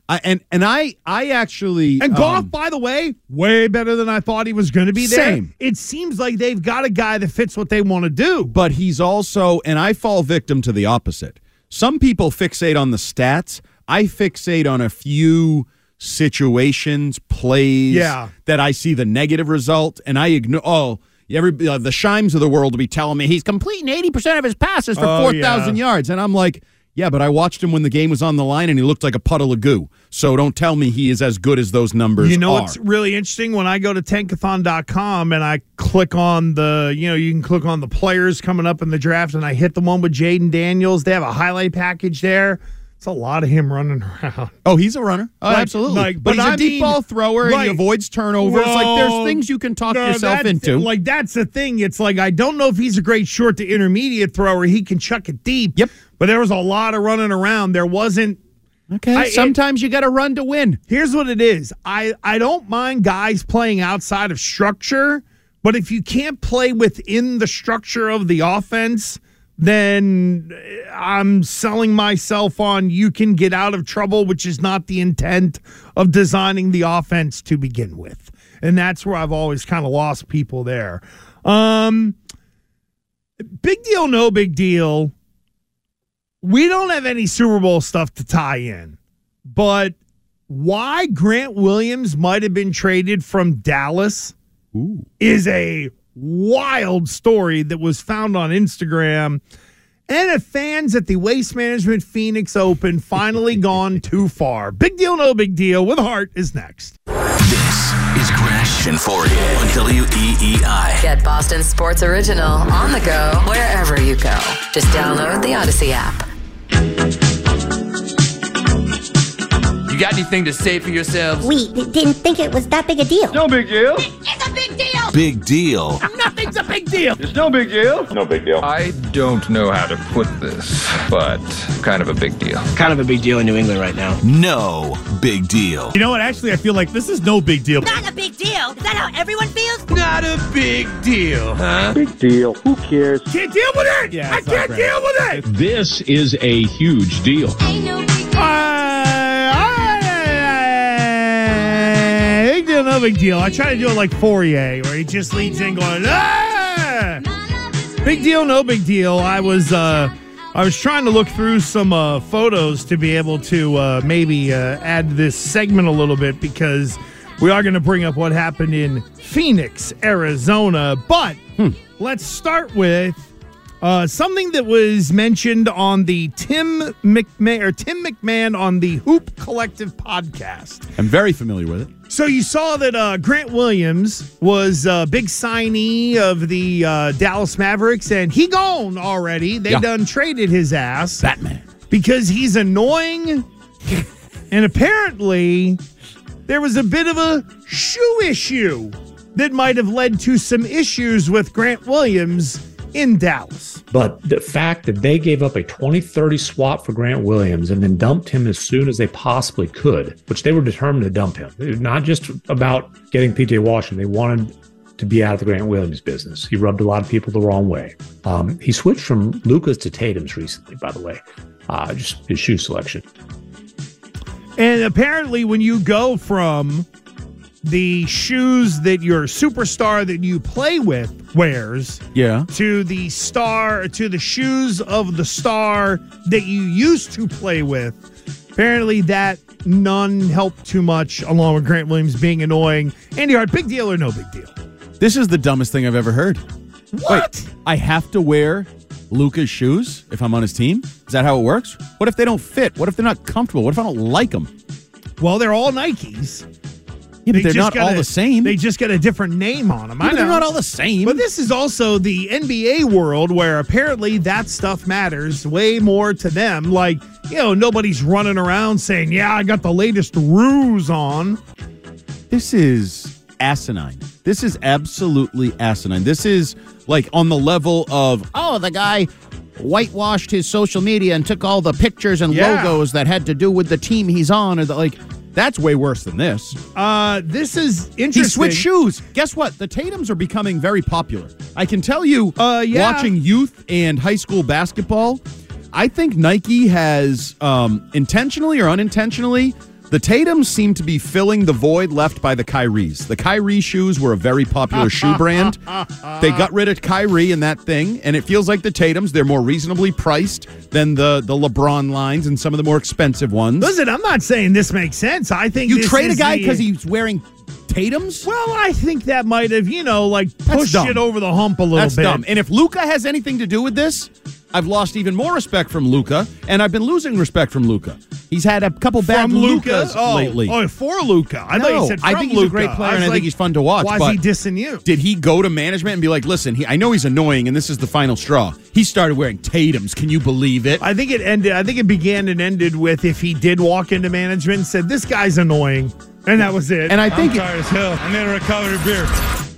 Speaker 5: I, and and i i actually
Speaker 4: And Goff,
Speaker 5: um,
Speaker 4: by the way, way better than I thought he was going to be there.
Speaker 5: Same.
Speaker 4: It seems like they've got a guy that fits what they want to do.
Speaker 5: but he's also and i fall victim to the opposite some people fixate on the stats i fixate on a few situations plays
Speaker 4: Yeah.
Speaker 5: that i see the negative result and i ignore oh every uh, the shimes of the world will be telling me he's completing 80% of his passes for
Speaker 4: Oh,
Speaker 5: 4000 yards and i'm like yeah but i watched him when the game was on the line and he looked like a puddle of goo so don't tell me he is as good as those numbers
Speaker 4: You know
Speaker 5: are.
Speaker 4: what's really interesting? When I go to tankathon.com and I click on the, you know, you can click on the players coming up in the draft and I hit the one with Jaden Daniels. They have a highlight package there. It's a lot of him running <laughs> around.
Speaker 5: Oh, he's a runner. Oh,
Speaker 4: Like-
Speaker 5: absolutely.
Speaker 4: like,
Speaker 5: but,
Speaker 4: but
Speaker 5: he's a
Speaker 4: I
Speaker 5: deep
Speaker 4: mean-
Speaker 5: ball thrower and he
Speaker 4: right.
Speaker 5: avoids turnovers. like
Speaker 4: Well,
Speaker 5: there's things you can talk
Speaker 4: no,
Speaker 5: yourself
Speaker 4: that's-
Speaker 5: into.
Speaker 4: Like that's the thing. It's like I don't know if he's a great short to intermediate thrower. He can chuck it deep.
Speaker 5: Yep.
Speaker 4: But there was a lot of running around. There wasn't
Speaker 5: okay.
Speaker 4: I- it-
Speaker 5: sometimes you got to run to win.
Speaker 4: Here's what it is. I, I don't mind guys playing outside of structure, but if you can't play within the structure of the offense, then eh, I'm selling myself on you can get out of trouble, which is not the intent of designing the offense to begin with. And that's where I've always kind of lost people there. Um, big deal, no big deal. we don't have any Super Bowl stuff to tie in, but why Grant Williams might have been traded from Dallas
Speaker 5: Ooh.
Speaker 4: is a wild story that was found on Instagram. And if fans at the Waste Management Phoenix Open
Speaker 5: <laughs>
Speaker 4: finally gone too far. Big deal, no big deal. With heart is next.
Speaker 3: This is Gresh and Fourier on E WEEI.
Speaker 2: Get Boston Sports Original on the go wherever you go. Just download the Odyssey app.
Speaker 10: You got anything to say for yourselves?
Speaker 11: We didn't think it was that big a deal.
Speaker 12: No big deal.
Speaker 13: It's a big deal.
Speaker 3: Big deal.
Speaker 13: Nothing's a big deal.
Speaker 12: It's no big deal.
Speaker 14: No big deal.
Speaker 15: I don't know how to put this, but kind of a big deal.
Speaker 16: Kind of a big deal in New England right now.
Speaker 3: No big deal.
Speaker 17: You know what? Actually, I feel like this is no big deal.
Speaker 13: Not a big deal. Is that how everyone feels?
Speaker 10: Not a big deal, huh?
Speaker 9: Big deal. Who cares?
Speaker 4: Can't deal with it. Yeah, I can't deal with it.
Speaker 18: This is a huge deal.
Speaker 4: Big deal, no big deal. I try to do it like Fourier, where he just leads in going, ah! Big deal, no big deal. I was uh, I was trying to look through some uh, photos to be able to uh, maybe uh, add this segment a little bit because we are going to bring up what happened in Phoenix, Arizona. But let's start with uh, something that was mentioned on the Tim McMahon or Tim McMahon on the Hoop Collective podcast.
Speaker 5: I'm very familiar with it.
Speaker 4: So you saw that uh, Grant Williams was a big signee of the uh, Dallas Mavericks, and he gone already. They
Speaker 5: Yeah.
Speaker 4: done traded his ass
Speaker 5: Batman.
Speaker 4: because he's annoying, <laughs> and apparently there was a bit of a shoe issue that might have led to some issues with Grant Williams in Dallas.
Speaker 19: But the fact that they gave up a 2030 swap for Grant Williams and then dumped him as soon as they possibly could, which they were determined to dump him, It was not just about getting PJ Washington, they wanted to be out of the Grant Williams business. He rubbed a lot of people the wrong way. Um, he switched from Lucas to Tatum's recently, by the way, uh, just his shoe selection.
Speaker 4: And apparently, when you go from the shoes that your superstar that you play with wears
Speaker 5: Yeah.
Speaker 4: to the star, to the shoes of the star that you used to play with, apparently that none helped too much, along with Grant Williams being annoying. Andy Hart, big deal or no big deal?
Speaker 5: This is the dumbest thing I've ever heard.
Speaker 4: What?
Speaker 5: Wait, I have to wear Luca's shoes if I'm on his team? Is that how it works? What if they don't fit? What if they're not comfortable? What if I don't like them?
Speaker 4: Well, they're all Nikes. They
Speaker 5: Yeah, but they're
Speaker 4: just
Speaker 5: not
Speaker 4: got
Speaker 5: all
Speaker 4: a-
Speaker 5: the same.
Speaker 4: They just got a different name on them.
Speaker 5: Yeah,
Speaker 4: I
Speaker 5: but
Speaker 4: know.
Speaker 5: they're not all the same.
Speaker 4: But this is also the NBA world where apparently that stuff matters way more to them. Like, you know, nobody's running around saying, yeah, I got the latest ruse on.
Speaker 5: This is asinine. This is absolutely asinine. This is like on the level of, oh, the guy whitewashed his social media and took all the pictures and
Speaker 4: Yeah.
Speaker 5: logos that had to do with the team he's on or the like that's way worse than this.
Speaker 4: Uh, this is interesting.
Speaker 5: He switched shoes. Guess what? The Tatums are becoming very popular. I can tell you,
Speaker 4: Uh, yeah.
Speaker 5: watching youth and high school basketball, I think Nike has um, intentionally or unintentionally, the Tatums seem to be filling the void left by the Kyries. The Kyrie shoes were a very
Speaker 4: <laughs>
Speaker 5: popular shoe brand. They got rid of Kyrie and that thing, and it feels like the Tatums, they're more reasonably priced than the, the LeBron lines and some of the more expensive ones.
Speaker 4: Listen, I'm not saying this makes sense. I think
Speaker 5: you
Speaker 4: this
Speaker 5: trade a
Speaker 4: is
Speaker 5: guy
Speaker 4: the-
Speaker 5: because he's wearing Tatums?
Speaker 4: Well, I think that might have, you know, like
Speaker 5: That's
Speaker 4: pushed
Speaker 5: dumb.
Speaker 4: it over the hump a little
Speaker 5: That's
Speaker 4: bit.
Speaker 5: dumb. And if Luca has anything to do with this, I've lost even more respect from Luca, and I've been losing respect from Luca. He's had a couple bad
Speaker 4: from Luca
Speaker 5: Lucas
Speaker 4: oh,
Speaker 5: lately.
Speaker 4: Oh, for Luca. I thought
Speaker 5: No,
Speaker 4: you said from
Speaker 5: I think he's a
Speaker 4: Luka.
Speaker 5: great player,
Speaker 4: was
Speaker 5: and I think
Speaker 4: like,
Speaker 5: he's fun to watch,
Speaker 4: Why
Speaker 5: but-
Speaker 4: is he dissing you?
Speaker 5: Did he go to management and be like, "Listen, he, I know he's annoying, and this is the final straw. He started wearing Tatum's. Can you believe it?
Speaker 4: I think it ended. I think it began and ended with if he did walk into management and said, "This guy's annoying," and that was it.
Speaker 5: And I think it-
Speaker 4: as hell. I need a recovery beer.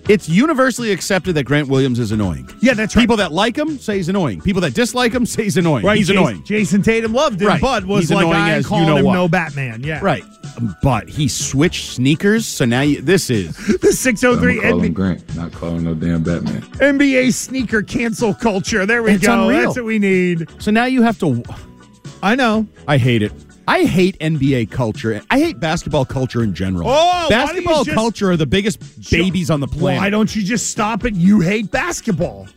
Speaker 5: it's universally accepted that Grant Williams is annoying.
Speaker 4: Yeah, that's right.
Speaker 5: People that like him say he's annoying. People that dislike him say he's annoying.
Speaker 4: right,
Speaker 5: he's
Speaker 4: Jas-
Speaker 5: annoying.
Speaker 4: Jason Tatum loved him,
Speaker 5: Right.
Speaker 4: but was
Speaker 5: He's
Speaker 4: like,
Speaker 5: annoying
Speaker 4: "I
Speaker 5: as
Speaker 4: ain't
Speaker 5: you
Speaker 4: calling
Speaker 5: know
Speaker 4: him
Speaker 5: what."
Speaker 4: no Batman." Yeah,
Speaker 5: Right, but he switched sneakers, so now you, this is
Speaker 4: The six
Speaker 20: I'm gonna
Speaker 4: hundred three
Speaker 20: call him
Speaker 4: NBA,
Speaker 20: Grant, not call him no damn Batman.
Speaker 4: NBA sneaker cancel culture. There we
Speaker 5: It's
Speaker 4: go.
Speaker 5: unreal.
Speaker 4: That's what we need.
Speaker 5: so now you have to.
Speaker 4: I know.
Speaker 5: I hate it. I hate NBA culture. I hate basketball culture in general.
Speaker 4: Oh, why don't you
Speaker 5: basketball
Speaker 4: just-
Speaker 5: culture are the biggest babies on the planet.
Speaker 4: Why don't you just stop it? You hate basketball.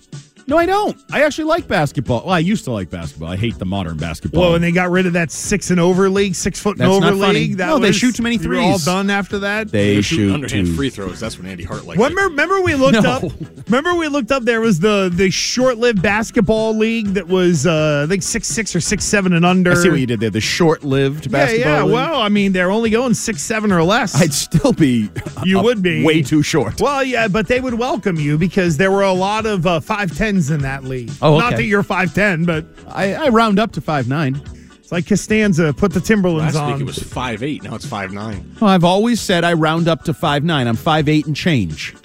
Speaker 5: No, I don't. I actually like basketball. Well, I used to like basketball. I hate the modern basketball.
Speaker 4: Well, and they got rid of that six and over league, six foot and
Speaker 5: That's
Speaker 4: over
Speaker 5: not funny.
Speaker 4: league. That
Speaker 5: No, they
Speaker 4: was-
Speaker 5: shoot too many
Speaker 4: we were all
Speaker 5: threes.
Speaker 4: done after that.
Speaker 5: They shoot
Speaker 12: underhand
Speaker 5: too-
Speaker 12: free throws. That's when Andy Hart liked.
Speaker 4: What, remember, remember we looked
Speaker 12: No.
Speaker 4: up. Remember we looked up. There was the the short lived basketball league that was uh, I think six six or six seven and under.
Speaker 5: I see what you did there. The short-lived
Speaker 4: Yeah,
Speaker 5: basketball.
Speaker 4: yeah.
Speaker 5: league.
Speaker 4: Well, I mean, they're only going six seven or less.
Speaker 5: I'd still be.
Speaker 4: <laughs> you
Speaker 5: up
Speaker 4: would be
Speaker 5: way too short.
Speaker 4: Well, yeah, but they would welcome you because there were a lot of uh, five tens in that league.
Speaker 5: Oh,
Speaker 4: not that
Speaker 5: okay.
Speaker 4: you're five ten, but
Speaker 5: I, I round up to five nine.
Speaker 4: It's like Costanza put the Timberlands
Speaker 12: Last
Speaker 4: on.
Speaker 12: week it was five eight. Now it's five nine.
Speaker 5: Well, I've always said I round up to five nine. I'm five eight and change.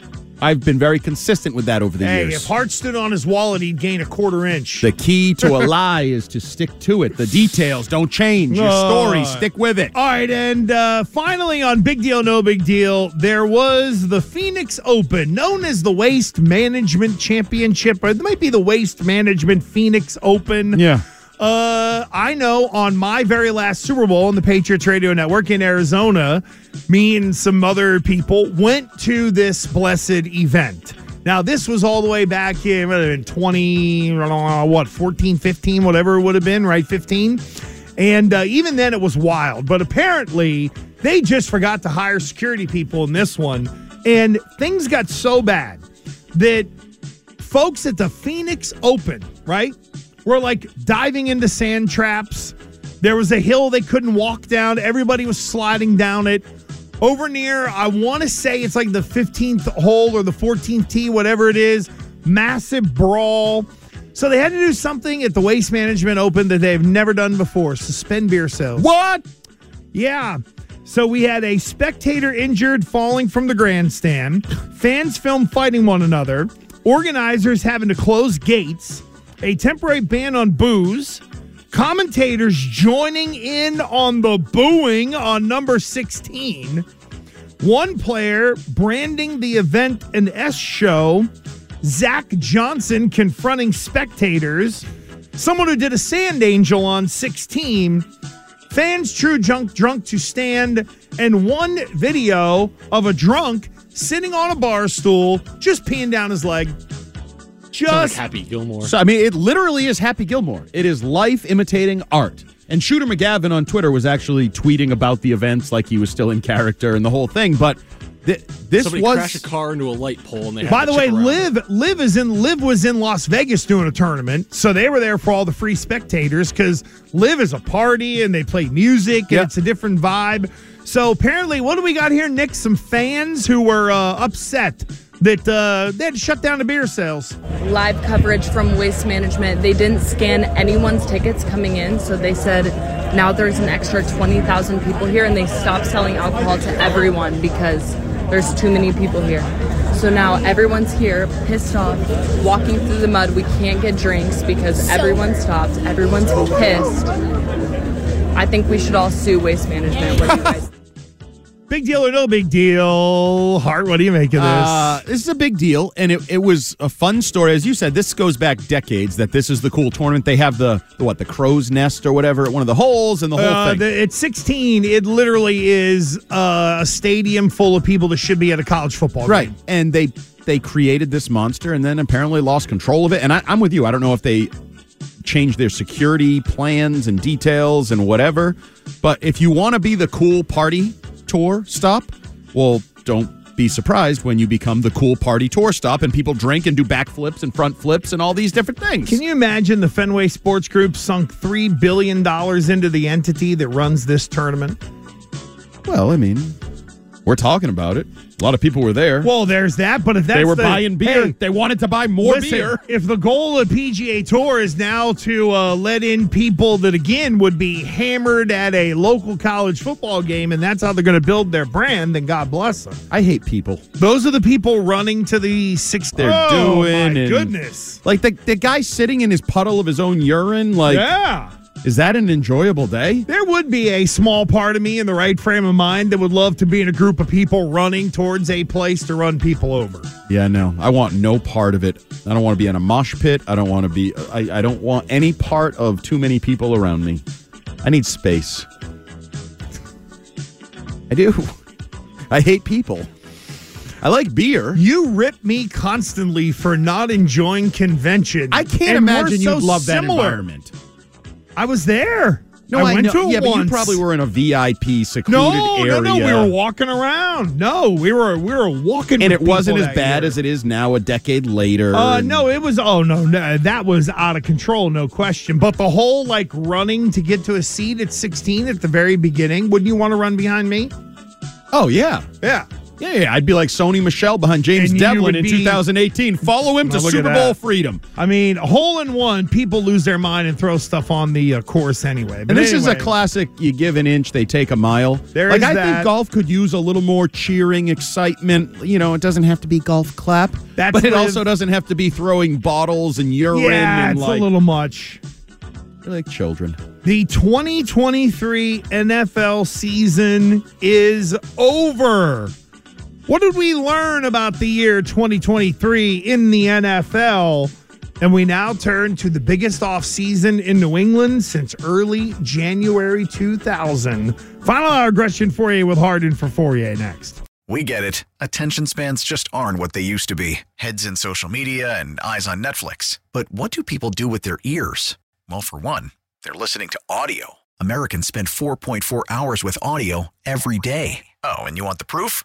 Speaker 5: I've been very consistent with that over the
Speaker 4: hey,
Speaker 5: years.
Speaker 4: if Hart stood on his wallet, he'd gain a quarter inch.
Speaker 5: the key to a lie is to stick to it. The details don't change. Your
Speaker 4: Uh,
Speaker 5: story, stick with it.
Speaker 4: All right, and uh, finally on Big Deal, No Big Deal, there was the Phoenix Open, known as the Waste Management Championship, or it might be the Waste Management Phoenix Open.
Speaker 5: Yeah.
Speaker 4: Uh, I know on my very last Super Bowl on the Patriots Radio Network in Arizona, me and some other people went to this blessed event. Now, this was all the way back in, what, in 20, what, 14, 15, whatever it would have been, right? 15. And uh, even then, it was wild. But apparently, they just forgot to hire security people in this one. And things got so bad that folks at the Phoenix Open, right, were like diving into sand traps. There was a hill they couldn't walk down. Everybody was sliding down it. Over near, I want to say it's like the 15th hole or the 14th tee, whatever it is, massive brawl. So they had to do something at the Waste Management Open that they've never done before suspend beer sales.
Speaker 5: What?
Speaker 4: Yeah. So we had a spectator injured falling from the grandstand, fans film fighting one another, organizers having to close gates, a temporary ban on booze, commentators joining in on the booing on number 16, one player branding the event an S show, Zach Johnson confronting spectators, someone who did a sand angel on 16 fans true junk drunk to stand and one video of a drunk sitting on a bar stool just peeing down his leg just
Speaker 12: Happy Gilmore.
Speaker 5: So I mean, it literally is Happy Gilmore. It is life imitating art. And Shooter McGavin on Twitter was actually tweeting about the events like he was still in character and the whole thing. But th- this
Speaker 12: Somebody
Speaker 5: was
Speaker 12: crashed a car into a light pole and they. had
Speaker 4: by
Speaker 12: to
Speaker 4: the way
Speaker 12: chip around.
Speaker 4: liv liv is in liv was in las vegas doing a tournament so they were there for all the free spectators because liv is a party and they play music and it's a different vibe so apparently what do we got here nick some fans who were uh, upset that uh, they had to shut down the beer sales
Speaker 14: live coverage from waste management. They didn't scan anyone's tickets coming in, so they said now there's an extra 20,000 people here and they stopped selling alcohol to everyone because there's too many people here. So now everyone's here, pissed off, walking through the mud. We can't get drinks because everyone stopped. Everyone's pissed. I think we should all sue waste management. What do you guys
Speaker 4: big deal or no big deal hart what do you make of this
Speaker 5: Uh, this is a big deal, and it, it was a fun story. As you said, this goes back decades that this is the cool tournament. They have the, the what, the crow's nest or whatever at one of the holes and the whole
Speaker 4: Uh,
Speaker 5: thing.
Speaker 4: the- at 16, it literally is uh, a stadium full of people that should be at a college football
Speaker 5: right.
Speaker 4: game.
Speaker 5: And they they created this monster and then apparently lost control of it. And I, I'm with you. I don't know if they changed their security plans and details and whatever. But if you want to be the cool party tour stop, well, don't be surprised when you become the cool party tour stop and people drink and do backflips and front flips and all these different things.
Speaker 4: Can you imagine the Fenway Sports Group sunk $3 billion into the entity that runs this tournament?
Speaker 5: Well, I mean, we're talking about it. A lot of people were there.
Speaker 4: Well, there's that, but if that's
Speaker 5: they were
Speaker 4: the-
Speaker 5: buying beer.
Speaker 4: Hey,
Speaker 5: they wanted to buy more
Speaker 4: listen,
Speaker 5: beer.
Speaker 4: If the goal of PGA Tour is now to uh, let in people that again would be hammered at a local college football game, and that's how they're going to build their brand, then God bless them.
Speaker 5: I hate people.
Speaker 4: Those are the people running to the six.
Speaker 5: They're
Speaker 4: Oh,
Speaker 5: doing.
Speaker 4: my
Speaker 5: and-
Speaker 4: goodness.
Speaker 5: Like the, the guy sitting in his puddle of his own urine. Like,
Speaker 4: yeah.
Speaker 5: is that an enjoyable day?
Speaker 4: There would be a small part of me in the right frame of mind that would love to be in a group of people running towards a place to run people over.
Speaker 5: Yeah, no. I want no part of it. I don't want to be in a mosh pit. I don't want to be. I, I don't want any part of too many people around me. I need space. <laughs> I do. I hate people. I like beer.
Speaker 4: You rip me constantly for not enjoying convention.
Speaker 5: I can't
Speaker 4: and we're
Speaker 5: imagine
Speaker 4: so
Speaker 5: you'd love that
Speaker 4: similar.
Speaker 5: environment.
Speaker 4: I was there.
Speaker 5: No,
Speaker 4: I, went
Speaker 5: know-
Speaker 4: to it
Speaker 5: yeah, but you
Speaker 4: once.
Speaker 5: probably were in a VIP secluded
Speaker 4: no,
Speaker 5: area.
Speaker 4: no, no. We were walking around. No, we were we were walking.
Speaker 5: and
Speaker 4: with
Speaker 5: it wasn't
Speaker 4: people
Speaker 5: as
Speaker 4: that
Speaker 5: bad
Speaker 4: year.
Speaker 5: as it is now, a decade later.
Speaker 4: Uh,
Speaker 5: and-
Speaker 4: no, it was. Oh no, no, that was out of control, no question. But the whole like running to get to a seat at 16 at the very beginning. Wouldn't you want to run behind me?
Speaker 5: Oh yeah,
Speaker 4: yeah,
Speaker 5: yeah, yeah. I'd be like Sony Michelle behind James
Speaker 4: And you
Speaker 5: Devlin
Speaker 4: would
Speaker 5: in
Speaker 4: be-
Speaker 5: 2018. Follow him
Speaker 4: Now
Speaker 5: to
Speaker 4: look at
Speaker 5: Super
Speaker 4: that.
Speaker 5: Bowl freedom.
Speaker 4: I mean, a hole in one. People lose their mind and throw stuff on the uh, course anyway. But
Speaker 5: And this is a
Speaker 4: anyway,
Speaker 5: classic: you give an inch, they take a mile.
Speaker 4: There
Speaker 5: like
Speaker 4: is
Speaker 5: I think
Speaker 4: that.
Speaker 5: golf could use a little more cheering, excitement. You know, it doesn't have to be golf clap,
Speaker 4: That's
Speaker 5: but it
Speaker 4: live.
Speaker 5: also doesn't have to be throwing bottles and urine.
Speaker 4: Yeah,
Speaker 5: and
Speaker 4: it's
Speaker 5: like,
Speaker 4: a little much.
Speaker 5: They're like children.
Speaker 4: The 2023 NFL season is over. What did we learn about the year 2023 in the NFL? And we now turn to the biggest offseason in New England since early January 2000. Final hour aggression Fourier with Harden for Fourier next.
Speaker 8: We get it. Attention spans just aren't what they used to be heads in social media and eyes on Netflix. But what do people do with their ears? Well, for one, they're listening to audio. Americans spend 4.4 hours with audio every day. Oh, and you want the proof?